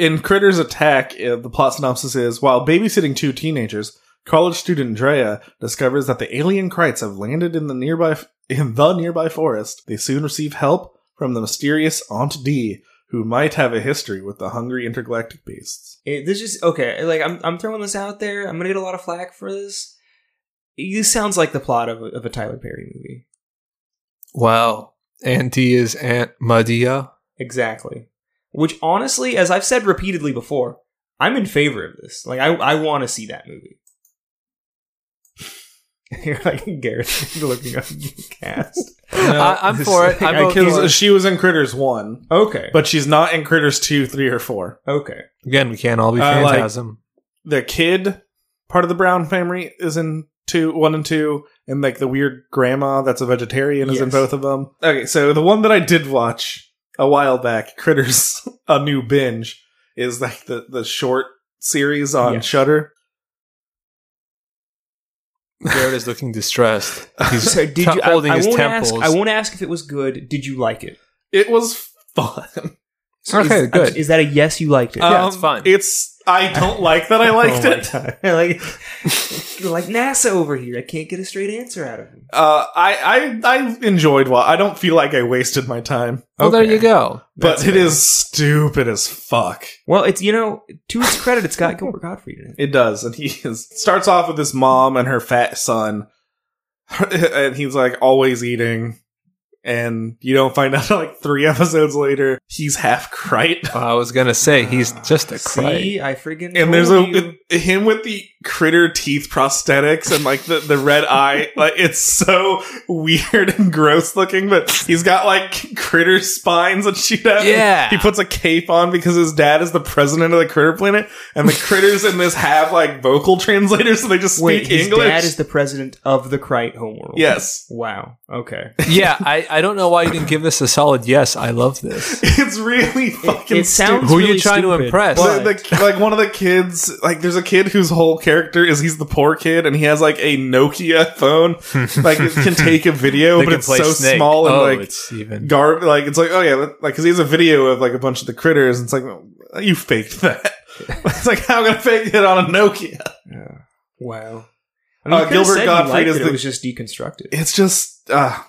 S2: In Critter's Attack, uh, the plot synopsis is while babysitting two teenagers, college student Drea discovers that the alien Krites have landed in the nearby in the nearby forest. They soon receive help from the mysterious Aunt D, who might have a history with the hungry intergalactic beasts.
S4: It, this is okay. Like I'm I'm throwing this out there. I'm gonna get a lot of flack for this. This sounds like the plot of a, of a Tyler Perry movie.
S3: Well, Auntie is Aunt Madia.
S4: Exactly. Which honestly, as I've said repeatedly before, I'm in favor of this. Like I, I want to see that movie. You're like Garrett looking up the cast.
S3: I, am for it. I'm voting for
S2: Because
S3: it.
S2: she was in Critters One,
S4: Okay.
S2: but she's not in Critters Two, Three, or Four.
S4: okay.
S3: Again, we can't all be
S2: I like-
S3: phantasm.
S2: the kid part of the Brown family is in two, one and two, and like the weird grandma that's a vegetarian is in
S4: Yes.
S2: both of them. Okay, so the one that I did watch a while back, Critters: A New Binge, is like the the short series on
S4: Yes.
S2: Shutter.
S3: Garrett is looking distressed. He's
S4: So did
S3: t-
S4: you? I,
S3: holding
S4: I
S3: his
S4: won't
S3: temples.
S4: ask. I won't ask if it was good. Did you like it?
S2: It was fun. Um,
S4: So is-
S3: Okay, good. Uh,
S4: Is that a yes? You liked it?
S3: Yeah, it's fun.
S2: It's I don't like that I liked
S4: Oh my
S2: it.
S4: God. like, you're like NASA over here. I can't get a straight answer out of him.
S2: Uh, I I I enjoyed. Well, I don't feel like I wasted my time,
S3: well,
S4: Okay.
S3: there you go.
S2: but it is stupid as fuck.
S4: Well, it's you know, to its credit, it's got Gilbert Gottfried in it.
S2: It does, and he is, starts off with this mom and her fat son, and he's like always eating, and you don't find out like three episodes later he's half crite,
S3: I was gonna say he's just a
S4: See,
S3: crate.
S4: I friggin'
S2: and there's a
S4: told you.
S2: him with the critter teeth prosthetics and like the, the red eye like it's so weird and gross looking but he's got like critter spines that shoot out
S3: Yeah.
S2: he puts a cape on because his dad is the president of the critter planet and the critters in this have like vocal translators so they just speak
S4: Wait, his
S2: english
S4: dad is the president of the Krite homeworld.
S2: yes
S4: Wow. Okay.
S3: yeah, I, I don't know why you didn't give this a solid yes. I love this.
S2: it's really fucking
S4: It sounds.
S3: Who are you
S4: really
S3: trying to
S4: stupid,
S3: impress?
S4: but-
S2: The- the- like one of the kids, like there's a kid whose whole character is he's the poor kid and he has like a Nokia phone, like it can take a video,
S3: They
S2: but
S3: can
S2: it's
S3: play
S2: so
S3: Snake.
S2: small and
S3: Oh,
S2: like
S3: it's even.
S2: garb, like it's like oh yeah, like because he has a video of like a bunch of the critters and it's like well, you faked that. it's like how can I fake it on a Nokia?
S4: wow.
S2: Uh,
S4: you could've
S2: Gilbert
S4: said you
S2: Gottfried
S4: liked
S2: is
S4: it,
S2: the-
S4: it was just deconstructed.
S2: It's just uh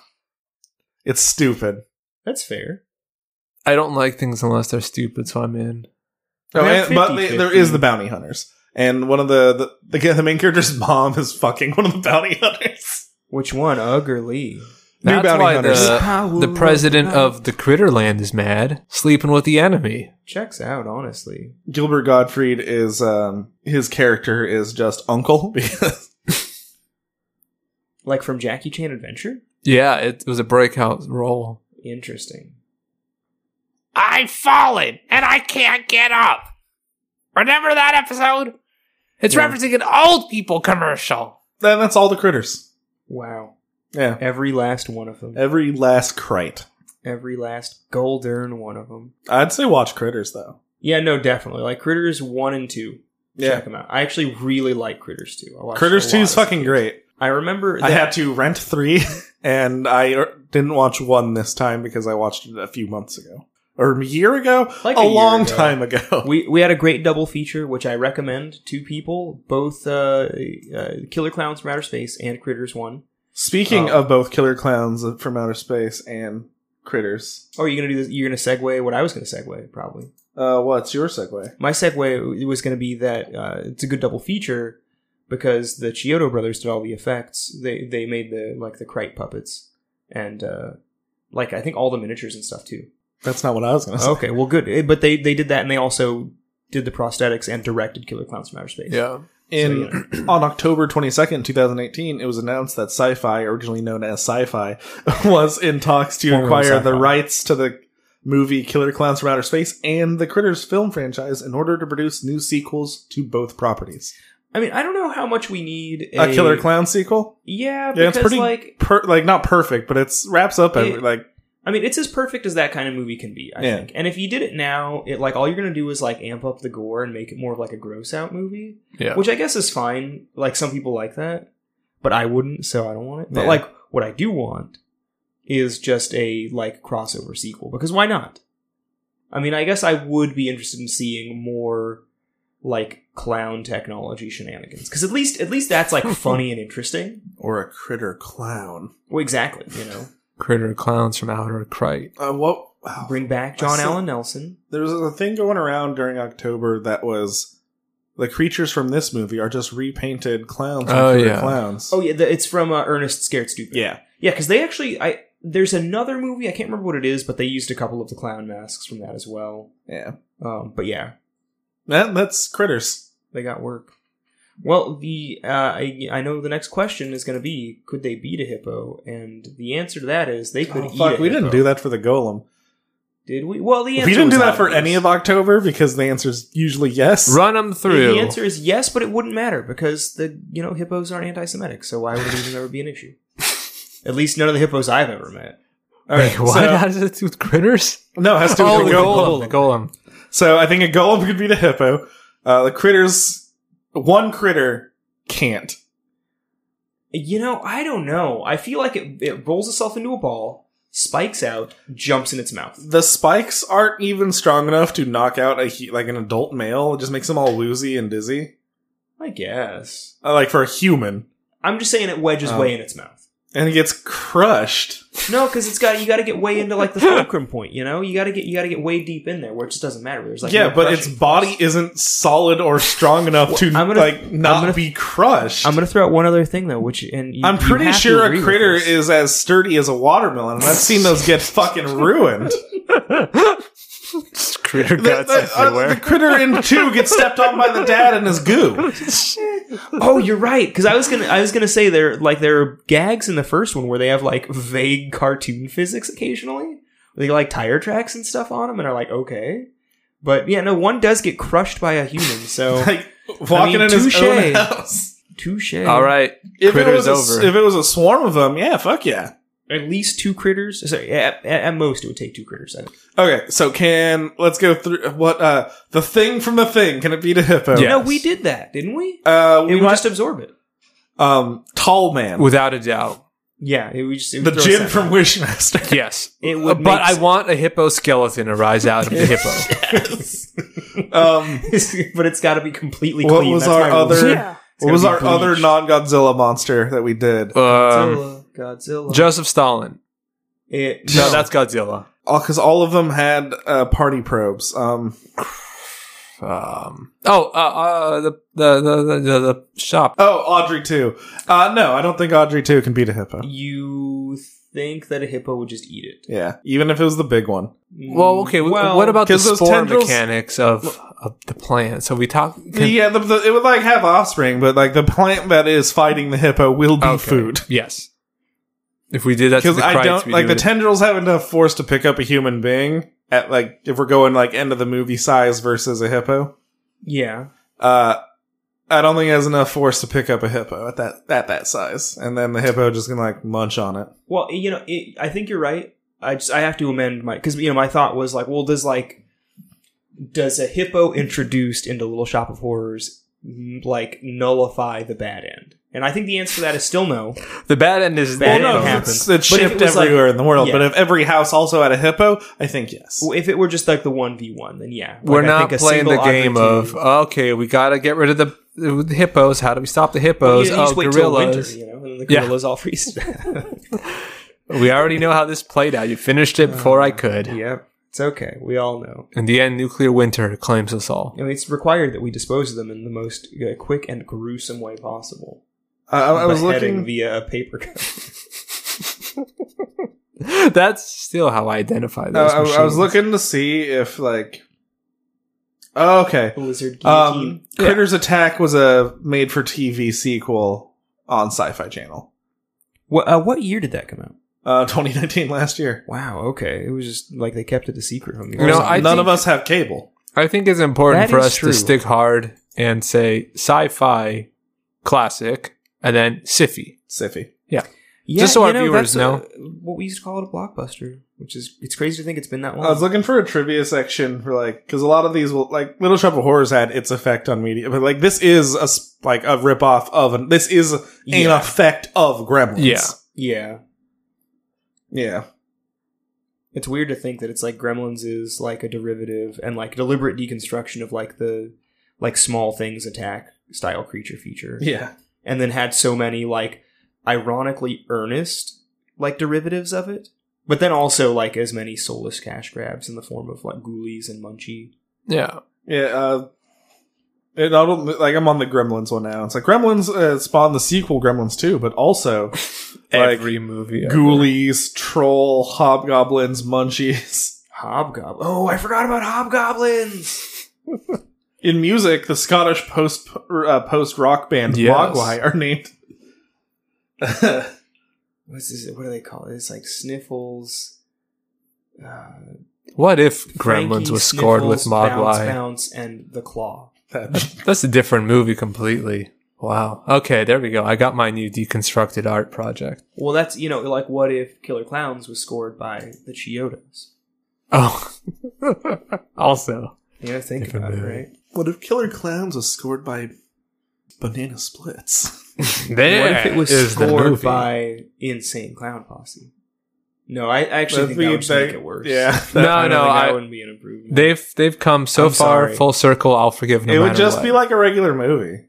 S2: it's stupid.
S4: That's fair.
S3: I don't like things unless they're stupid, so I'm in.
S2: Oh,
S4: We have
S2: and- but
S4: 50,
S2: they- there is
S4: 50.
S2: the bounty hunters. And one of the the, the guy- the main character's mom is fucking one of the bounty hunters.
S4: Which one, Ugg or Lee?
S2: New
S3: That's
S2: bounty
S3: why
S2: hunters.
S3: the, the president of the Critterland is mad, sleeping with the enemy.
S4: Checks out, honestly.
S2: Gilbert Gottfried is um his character is just uncle because
S4: Like from Jackie Chan Adventure?
S3: Yeah, it was a breakout role.
S4: Interesting.
S5: I've fallen and I can't get up. Remember that episode? It's
S4: Yeah.
S5: referencing an old people commercial.
S2: then that's all the critters.
S4: Wow.
S2: Yeah.
S4: Every last one of them.
S2: Every last crite.
S4: Every last golden one of them.
S2: I'd say watch critters though.
S4: Yeah, no, definitely. Like Critters 1 and 2. Check them out. I actually really like Critters 2. I watched a
S2: Critters
S4: lot
S2: 2 is
S4: of-
S2: fucking great.
S4: I remember that.
S2: I had to rent 3 and I er, didn't watch 1 this time because I watched it a few months ago or a year ago,
S4: Like
S2: a,
S4: a year
S2: long
S4: ago.
S2: time ago.
S4: we, we had a great double feature, which I recommend to people both uh, uh, Killer Clowns from Outer Space and Critters 1.
S2: Speaking
S4: Oh.
S2: of both Killer Clowns from Outer Space and Critters,
S4: Oh, you're going to do this? You're going to segue what I was going to segue, probably.
S2: uh, what's your segue?
S4: my segue was going to be that uh, it's a good double feature because the Chiodo brothers did all the effects. They they made the like the Krite puppets and uh, like I think all the miniatures and stuff too.
S2: That's not what I was going to say.
S4: Okay, well good, Eh, but they they did that and they also did the prosthetics and directed Killer Clowns from Outer Space.
S3: Yeah.
S2: In on October twenty second, two thousand eighteen, it was announced that Sci-Fi, originally known as Sci-Fi, was in talks to
S4: Formerly
S2: acquire the
S4: Sci-Fi.
S2: rights to the movie Killer Clowns from Outer Space and the Critters film franchise in order to produce new sequels to both properties.
S4: I mean I don't know how much we need
S2: A, Killer Clown sequel,
S4: Yeah, because
S2: yeah, it's pretty
S4: like
S2: per, like not perfect, but it's wraps up every,
S4: It-
S2: like
S4: I mean, it's as perfect as that kind of movie can be, I
S2: Yeah.
S4: think. And if you did it now, it like all you're gonna do is like amp up the gore and make it more of like a gross out movie.
S3: Yeah.
S4: Which I guess is fine. Like some people like that. But I wouldn't, so I don't want it. But
S2: Yeah.
S4: like what I do want is just a like crossover sequel, because why not? I mean, I guess I would be interested in seeing more like clown technology shenanigans. Because at least at least that's like funny and interesting.
S2: or a Critter Clown.
S4: Well, exactly, you know.
S3: Critter clowns from outer Krite.
S2: Uh, what? wow.
S4: Bring back
S2: I
S4: John
S2: still-
S4: Allen Nelson.
S2: there was a thing going around during October that was the creatures from this movie are just repainted clowns. from
S3: Oh,
S2: Critter
S3: yeah.
S2: clowns.
S4: Oh yeah, the, it's from uh, Ernest Scared Stupid.
S2: yeah.
S4: yeah, because they actually, I there's another movie I can't remember what it is, but they used a couple of the clown masks from that as well.
S2: Yeah.
S4: Um, but yeah,
S2: That, that's critters.
S4: they got work. Well, the uh, I I know the next question is going to be, could they beat a hippo? And the answer to that is they could.
S2: Oh,
S4: eat
S2: fuck,
S4: a
S2: we didn't
S4: hippo.
S2: do that for the golem.
S4: Did we? Well, the answer
S2: We didn't
S4: was
S2: do that for
S4: obvious.
S2: any of October because the answer's usually yes.
S3: Run them
S4: The
S3: through.
S4: answer is yes, but it wouldn't matter because the you know hippos aren't anti-Semitic, so why would it even ever be an issue? At least none of the hippos I've ever met.
S2: All right,
S3: Wait, what?
S2: so-
S3: How does it do with critters?
S2: no, it has to do
S3: Oh,
S2: with
S3: the
S2: the golem.
S3: golem. The golem.
S2: So I think a golem could beat a hippo. Uh, the critters, one critter can't.
S4: You know, I don't know. I feel like it, it rolls itself into a ball, spikes out, jumps in its mouth.
S2: The spikes aren't even strong enough to knock out a he- like an adult male. It just makes them all woozy and dizzy.
S4: I guess.
S2: Uh, like for a human,
S4: I'm just saying it wedges
S2: Oh.
S4: way in its mouth.
S2: and he gets crushed.
S4: No, because it's got you got to get way into like the fulcrum point. You know, you got to get you got to get way deep in there where it just doesn't matter. There's like
S2: yeah,
S4: no
S2: but
S4: crushing
S2: its
S4: force.
S2: body isn't solid or strong enough to
S4: I'm gonna-
S2: like not
S4: I'm gonna-
S2: be crushed.
S4: I'm gonna throw out one other thing though, which and you,
S2: I'm
S4: you
S2: pretty
S4: have to
S2: sure
S4: agree
S2: a
S4: with
S2: critter
S4: this.
S2: is as sturdy as a watermelon, and I've seen those get fucking ruined.
S3: critter
S2: The, the,
S3: guts
S2: uh, the
S3: everywhere.
S2: critter in two gets stepped on by the dad and his goo.
S4: Oh, you're right. Because I was gonna, I was gonna say there, like there are gags in the first one where they have like vague cartoon physics occasionally. They like tire tracks and stuff on them, and are like, okay. But yeah, no, one does get crushed by a human. So
S2: Like walking
S4: I mean,
S2: in his
S4: touche.
S2: own house.
S4: touche.
S3: All right,
S2: If it, was
S3: Critter's
S2: a,
S3: over.
S2: if it was a swarm of them, yeah, fuck yeah.
S4: at least two critters. Sorry, at, at- at most it would take two critters. I think.
S2: Okay, so can let's go through what uh the thing from the thing. Can it beat a hippo?
S3: Yeah.
S4: No,
S3: Yes.
S4: we did that, didn't we?
S2: Uh,
S4: It
S2: we
S4: would
S2: might-
S4: just absorb it.
S2: um tall man,
S3: without a doubt,
S4: Yeah, it would just it would
S2: the
S4: throw us
S2: gym
S4: that
S2: from
S4: way.
S2: Wishmaster.
S3: yes.
S4: It
S3: Uh,
S4: would,
S3: but I
S4: make
S3: want a hippo skeleton to rise out of the hippo.
S2: um,
S4: sense. but it's got to be completely
S2: what
S4: clean.
S2: was
S4: That's
S2: our
S4: my rule.
S2: other?
S4: It's
S2: What was
S4: gotta
S2: our
S4: be
S2: other
S4: bleached.
S2: non-Godzilla monster that we did?
S3: Um,
S4: Godzilla? Godzilla.
S3: Joseph Stalin.
S4: It-
S3: Eh, No, that's Godzilla.
S2: All because Uh, all of them had uh, party probes. Um,
S3: Um, oh, uh, uh, the, the, the the the the shop.
S2: oh, Audrey too. Uh, no, I don't think Audrey too can beat a hippo.
S4: you think that a hippo would just eat it. Mm,
S2: Yeah, even if it was the big one.
S3: Well, okay. w- what about the
S2: 'cause those
S3: spore
S2: tendrils-
S3: mechanics of, of the plant? So we talk. can-
S2: yeah, the, E the, it would like have offspring, but like the plant that is fighting the hippo will be
S3: okay,
S2: food.
S3: Yes. If we did that,
S2: Because
S3: because
S2: I don't like the
S3: ten.
S2: tendrils have enough force to pick up a human being at like if we're going like end of the movie size versus a hippo.
S4: Yeah,
S2: Uh, I don't think it has enough force to pick up a hippo at that at that size, and then the hippo just gonna like munch on it.
S4: well, you know, it, I think you're right. I just I have to amend my because you know my thought was like, well, does like does a hippo introduced into Little Shop of Horrors mm, like nullify the bad end? And I think the answer to that is still no.
S3: The bad end is
S4: Bad
S3: the
S4: end
S2: no,
S3: hippo.
S4: happens.
S2: it's, it's
S4: But if it
S2: shipped
S4: was, like-
S2: everywhere in the world.
S4: yeah.
S2: But if every house also had a hippo, I think yes.
S4: If it were just like the one v one, then yeah, Like,
S3: We're
S4: I
S3: not
S4: think a
S3: playing
S4: single
S3: the game of oh,
S4: opportunity-
S3: okay, we gotta get rid of the, the hippos. How do we stop the hippos?
S4: You- you just
S3: oh,
S4: wait till winter,
S3: gorillas.
S4: you know, and then the
S3: Yeah.
S4: gorillas all freeze.
S3: We already know how this played out. You finished it before I could.
S4: yep, it's okay. We all know.
S3: In the end, nuclear winter claims us all.
S4: I mean, it's required that we dispose of them in the most uh, quick and gruesome way possible.
S2: I, I was
S4: Beheading
S2: looking.
S4: via a paper cut.
S3: That's still how I identify
S2: I,
S3: those.
S2: I- I was
S3: machines.
S2: looking to see if like. Oh, okay.
S4: Blizzard guillotine.
S2: Um, Critters Attack was a made-for-TV sequel on Sci-Fi Channel.
S4: what, uh, what year did that come out?
S2: Uh, 2019 last year.
S4: Wow. Okay, it was just like they kept it a secret from the.
S3: You know, I
S2: None
S3: think-
S2: of us have cable.
S3: I think it's important
S4: That
S3: for
S4: is
S3: us
S4: true.
S3: to stick hard and say sci-fi classic and then siffy.
S2: Siffy.
S4: yeah,
S3: just so
S4: you
S3: our viewers
S4: that's, uh,
S3: know.
S4: what we used to call it a blockbuster, which is it's crazy to think it's been that long.
S2: I was looking for a trivia section for like because a lot of these will like Little Shop of Horrors had its effect on media, but like this is a s- like a ripoff of an this is an
S4: Yeah.
S2: effect of Gremlins.
S3: Yeah.
S4: yeah,
S2: yeah.
S4: it's weird to think that it's like Gremlins is like a derivative and like deliberate deconstruction of like the like small things attack style creature feature.
S2: Yeah.
S4: and then had so many like ironically earnest like derivatives of it but then also like as many soulless cash grabs in the form of like ghoulies and munchie
S3: Yeah.
S2: Yeah. Uh, and I don't like I'm on the Gremlins one now. It's like Gremlins uh, spawned the sequel Gremlins 2, but also like
S3: Every movie. ever.
S2: Ghoulies, Troll, Hobgoblins, Munchies.
S4: hobgoblin oh i forgot about hobgoblins
S2: In music, the Scottish post uh, post rock band
S3: Yes.
S2: Mogwai are named.
S4: what's this what do they call it it's like sniffles uh,
S3: What if Gremlins
S4: Frankie,
S3: was scored with
S4: Sniffles, bounce,
S3: Mogwai?
S4: bounce and the claw
S3: That's a different movie completely. Wow. Okay, there we go. I got my new deconstructed art project.
S4: well that's you know like what if killer clowns was scored by the chiodas
S3: Oh. also.
S4: you know think
S3: Different
S4: about it
S3: movie.
S4: right
S2: what if Killer Clowns was scored by Banana Splits?
S3: There
S4: What if it was
S3: is the
S4: scored
S3: movie.
S4: by Insane Clown Posse? No, I actually
S2: That'd
S4: think
S2: be
S4: that would just
S2: ba-
S4: make it worse.
S2: Yeah,
S3: No,
S4: I
S3: no,
S4: don't think that
S3: I-
S4: wouldn't be an improvement.
S3: They've they've come so
S4: I'm
S3: far
S4: sorry.
S3: full circle. I'll forgive no
S2: it would
S3: matter
S2: just
S3: what.
S2: be like a regular movie,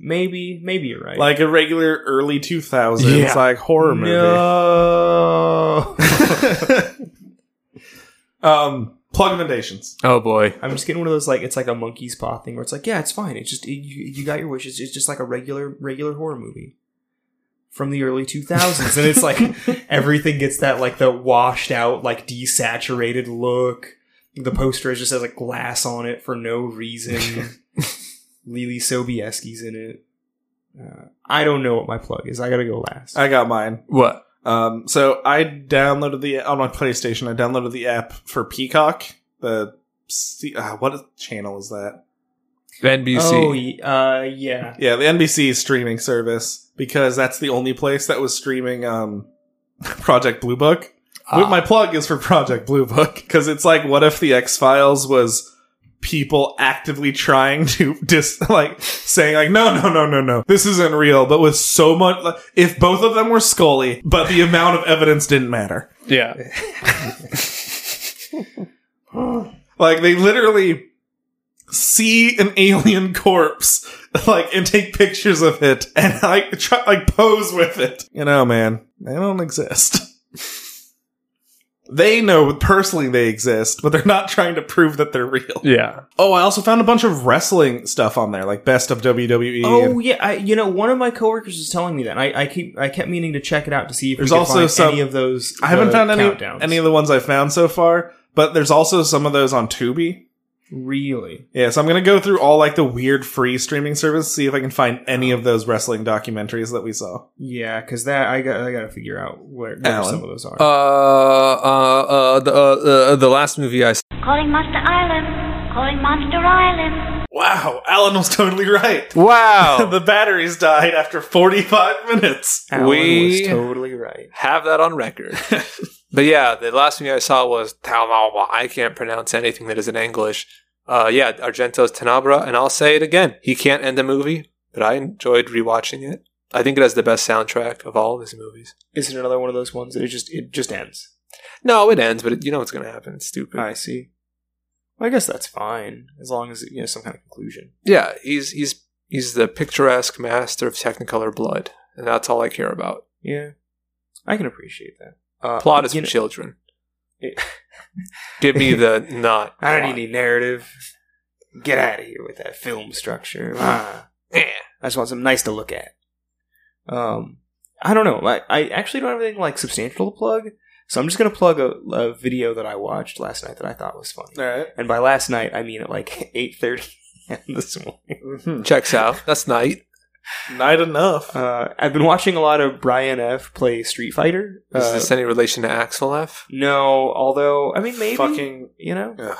S4: maybe, maybe you're right.
S2: like a regular early two thousands
S3: Yeah.
S2: like horror movie.
S4: no,
S2: um, plug recommendations.
S3: oh boy.
S4: I'm just getting one of those like it's like a monkey's paw thing where it's like, yeah, it's fine. It's just you, you got your wishes. It's just like a regular, regular horror movie from the early 2000s, and it's like everything gets that like the washed out, like desaturated look. the poster just has like glass on it for no reason. Lily Sobieski's in it. Uh, I don't know what my plug is. I gotta go last.
S2: I got mine.
S3: What?
S2: Um, so I downloaded the on my PlayStation. I downloaded the app for Peacock. The C- uh, what channel is that?
S4: oh,
S3: NBC.
S4: y- uh, yeah.
S2: Yeah, the NBC streaming service because that's the only place that was streaming um, Project Blue Book.
S3: Ah.
S2: My plug is for Project Blue Book because it's like, what if the X Files was people actively trying to dis like saying like no no no no no this isn't real but with so much like, if both of them were Scully but the amount of evidence didn't matter
S3: yeah.
S2: Like they literally see an alien corpse, like and take pictures of it and like try like pose with it. You know, man, they don't exist. they know personally they exist, but they're not trying to prove that they're real.
S3: Yeah.
S2: Oh, I also found a bunch of wrestling stuff on there, like best of WWE.
S4: Oh
S2: and
S4: yeah, I, you know one of my coworkers was telling me that. And I, I keep I kept meaning to check it out to see if
S2: There's
S4: we could
S2: also
S4: find
S2: some-
S4: any of those.
S2: I haven't
S4: uh,
S2: found any
S4: countdowns.
S2: any of the ones I found so far, but there's also some of those on Tubi.
S4: really.
S2: Yeah, so I'm gonna go through all like the weird free streaming service, see if I can find any of those wrestling documentaries that we saw.
S4: Yeah, because that I got I got to figure out where, where
S2: Alan?
S4: some of those are.
S3: Uh, uh, uh, the, uh, uh, the last movie I
S6: Calling Monster Island. Calling Monster Island.
S2: Wow, Alan was totally right.
S3: Wow.
S2: the batteries died after 45 minutes.
S4: Alan
S3: we-
S4: was totally right.
S3: Have that on record. but yeah, the last movie I saw was Talalma. I can't pronounce anything that isn't English. Uh, yeah, Argento's Tenabra, and I'll say it again. He can't end a movie, but I enjoyed rewatching it. I think it has the best soundtrack of all of his movies.
S4: Is it another one of those ones that it just it just ends?
S3: No, it ends, but it, you know what's going to happen. It's stupid.
S4: I see. Well, I guess that's fine as long as you know some kind of conclusion.
S3: Yeah, he's he's he's the picturesque master of Technicolor blood, and that's all I care about.
S4: Yeah, I can appreciate that. Uh,
S3: Plot is
S4: you
S3: for
S4: know-
S3: children.
S4: It-
S3: Give me the not.
S4: I don't
S3: plot.
S4: need any narrative. Get out of here with that film structure. Ah.
S3: Eh.
S4: I just want something nice to look at. Um, I don't know. I, I actually don't have anything like substantial to plug, so I'm just gonna plug a, a video that I watched last night that I thought was funny.
S2: right.
S4: And by last night, I mean at like 8:30 a.m. this morning.
S3: Checks out. That's night.
S2: Not enough.
S4: Mm-hmm. Uh, I've been watching a lot of Brian F. play Street Fighter.
S3: Is
S4: Uh,
S3: this any relation to Axel F?
S4: no, although I mean maybe
S2: Fucking,
S4: you know,
S2: Ugh.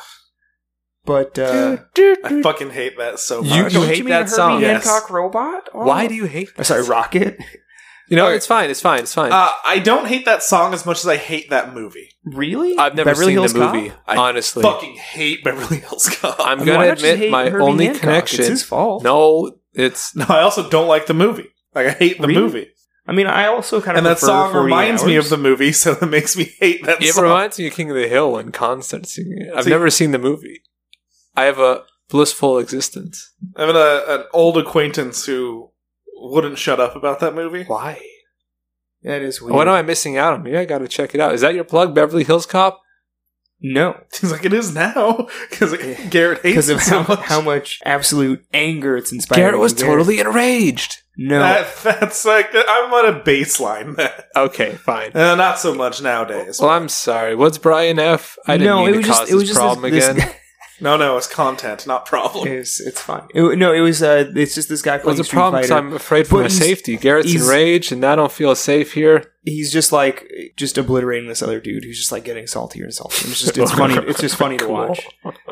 S4: but uh,
S2: I fucking hate that so much.
S3: You-
S4: don't
S3: hate
S4: mean
S3: that
S4: Herbie
S3: song?
S2: Yes.
S4: Hancock robot. Oh.
S3: Why do you hate?
S4: Uh, sorry, Rocket.
S3: You know, it's fine. It's fine. It's fine.
S2: uh, I don't hate that song as much as I hate that movie.
S4: Really?
S3: I've never
S4: Beverly
S3: seen
S4: Hills
S3: the
S4: Cop?
S3: movie.
S2: I
S3: honestly,
S2: Fucking hate Beverly Hills Cop.
S3: I'm
S4: I mean, why
S3: gonna
S4: not just
S3: admit
S4: hate
S3: my
S4: Herbie
S3: only
S4: Hancock?
S3: connection.
S4: It's his fault.
S3: No, it's
S2: no, I also don't like the movie. Like I hate the
S4: Really?
S2: movie,
S4: I mean, I also kind of
S2: and that
S4: prefer
S2: song
S4: 48
S2: reminds me of
S4: hours.
S2: the movie, so it makes me hate that
S3: It
S2: song.
S3: reminds me of King of the Hill when Constance singing it. I've
S2: See-
S3: never seen the movie. I have a blissful existence.
S2: I have a, an old acquaintance who wouldn't shut up about that movie.
S3: Why?
S4: That is weird.
S3: What am I missing out on? Maybe I got to check it out. Is that your plug, Beverly Hills Cop?
S4: No,
S2: He's like, it is now because Garrett hates
S4: because
S2: it
S4: of
S2: so
S4: how,
S2: much.
S4: how much absolute anger it's inspiring.
S3: Garrett was
S4: in Garrett.
S3: totally enraged.
S4: no.
S2: That, that's like I'm on a baseline. That
S3: Okay, fine.
S2: uh, not so much nowadays.
S3: Well, I'm sorry. What's Brian F? I didn't
S4: no,
S3: mean
S4: it was
S3: to
S4: just
S3: cause
S4: it was
S3: this
S4: just
S3: problem
S4: this,
S3: again.
S2: no, no, it's content, not
S4: This,
S2: problem.
S4: it's, it's fine. It- no, it was uh, it's just this guy
S3: It was
S4: playing
S3: a
S4: Street
S3: problem because
S4: Fighter.
S3: I'm afraid for
S4: But
S3: my
S4: he's-
S3: safety. Garrett's
S4: he's-
S3: enraged, and I don't feel safe here.
S4: He's just like just obliterating this other dude who's just like getting saltier and saltier. It's just it's funny. It's just funny to
S3: Cool.
S4: watch.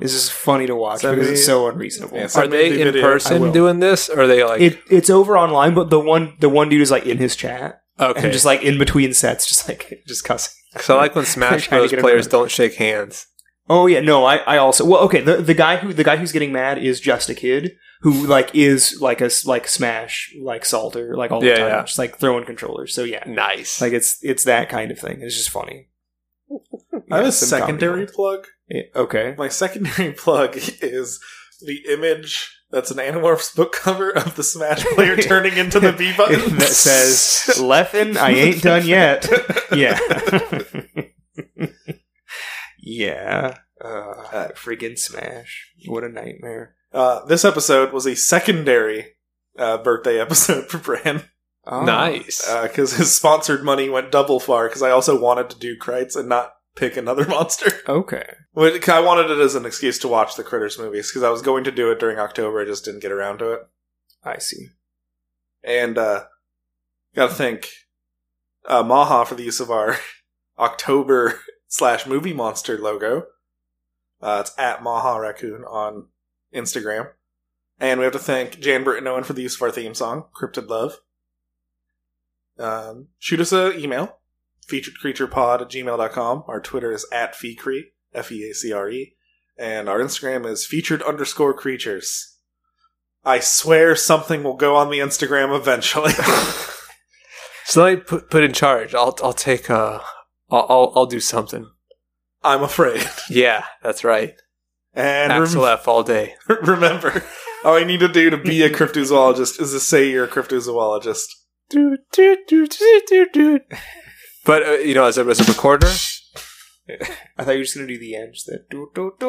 S4: It's just funny to watch
S2: So
S4: because
S2: the-
S4: it's so unreasonable.
S2: Yeah, so-
S3: Are
S2: Send me
S3: they
S2: the
S3: in
S2: video.
S4: I
S3: person
S4: will.
S3: doing this? Or are they like
S4: it it's over online, but the one the one dude is like in his chat
S3: okay?
S4: and just like in between sets, just like just cussing.
S3: Because I like when Smash
S4: trying to
S3: Bros.
S4: get
S3: players
S4: another-
S3: don't shake hands.
S4: Oh yeah, no, I, I also well okay the, the guy who the guy who's getting mad is just a kid who like is like a s- like smash like salter like all the
S3: Yeah,
S4: time
S3: yeah.
S4: just like throwing controllers so yeah
S3: Nice.
S4: like it's it's that kind of thing it's just funny.
S2: I have
S4: Yeah,
S2: a
S4: some
S2: secondary
S4: comedy.
S2: plug.
S4: Yeah, okay,
S2: My secondary plug is the image that's an Animorphs book cover of the Smash player turning into the B button
S4: that says Leffen, I ain't done yet. Yeah, yeah, uh, friggin' smash! What a nightmare.
S2: Uh, this episode was a secondary uh, birthday episode for Bran. Uh,
S4: Oh.
S3: nice.
S2: because his sponsored money went double far because I also wanted to do Kreitz and not pick another monster.
S4: Okay.
S2: Wait, 'cause I wanted it as an excuse to watch the Critters movies because I was going to do it during October. I just didn't get around to it.
S4: I see.
S2: And uh gotta thank uh Maha for the use of our October slash movie monster logo. Uh it's at Maha Raccoon on Instagram. And we have to thank Jan Burt and Owen for the use of our theme song, Cryptid Love. Um, shoot us a email, featuredcreaturepod at gmail.com. Our Twitter is at E feacre, F-E-A-C-R-E. And our Instagram is featured underscore creatures. I swear something will go on the Instagram eventually.
S3: So let me put, put in charge. I'll I'll take uh I'll I'll, I'll do something.
S2: I'm afraid.
S3: Yeah, that's right.
S2: And rem-
S3: Axel F all day.
S2: remember, all I need to do to be a cryptozoologist is to say you're a cryptozoologist.
S3: Do, do, do, do, do, do. But uh, you know, as a, as a recorder,
S4: I thought you were just gonna do the end. Just that. do, do, do.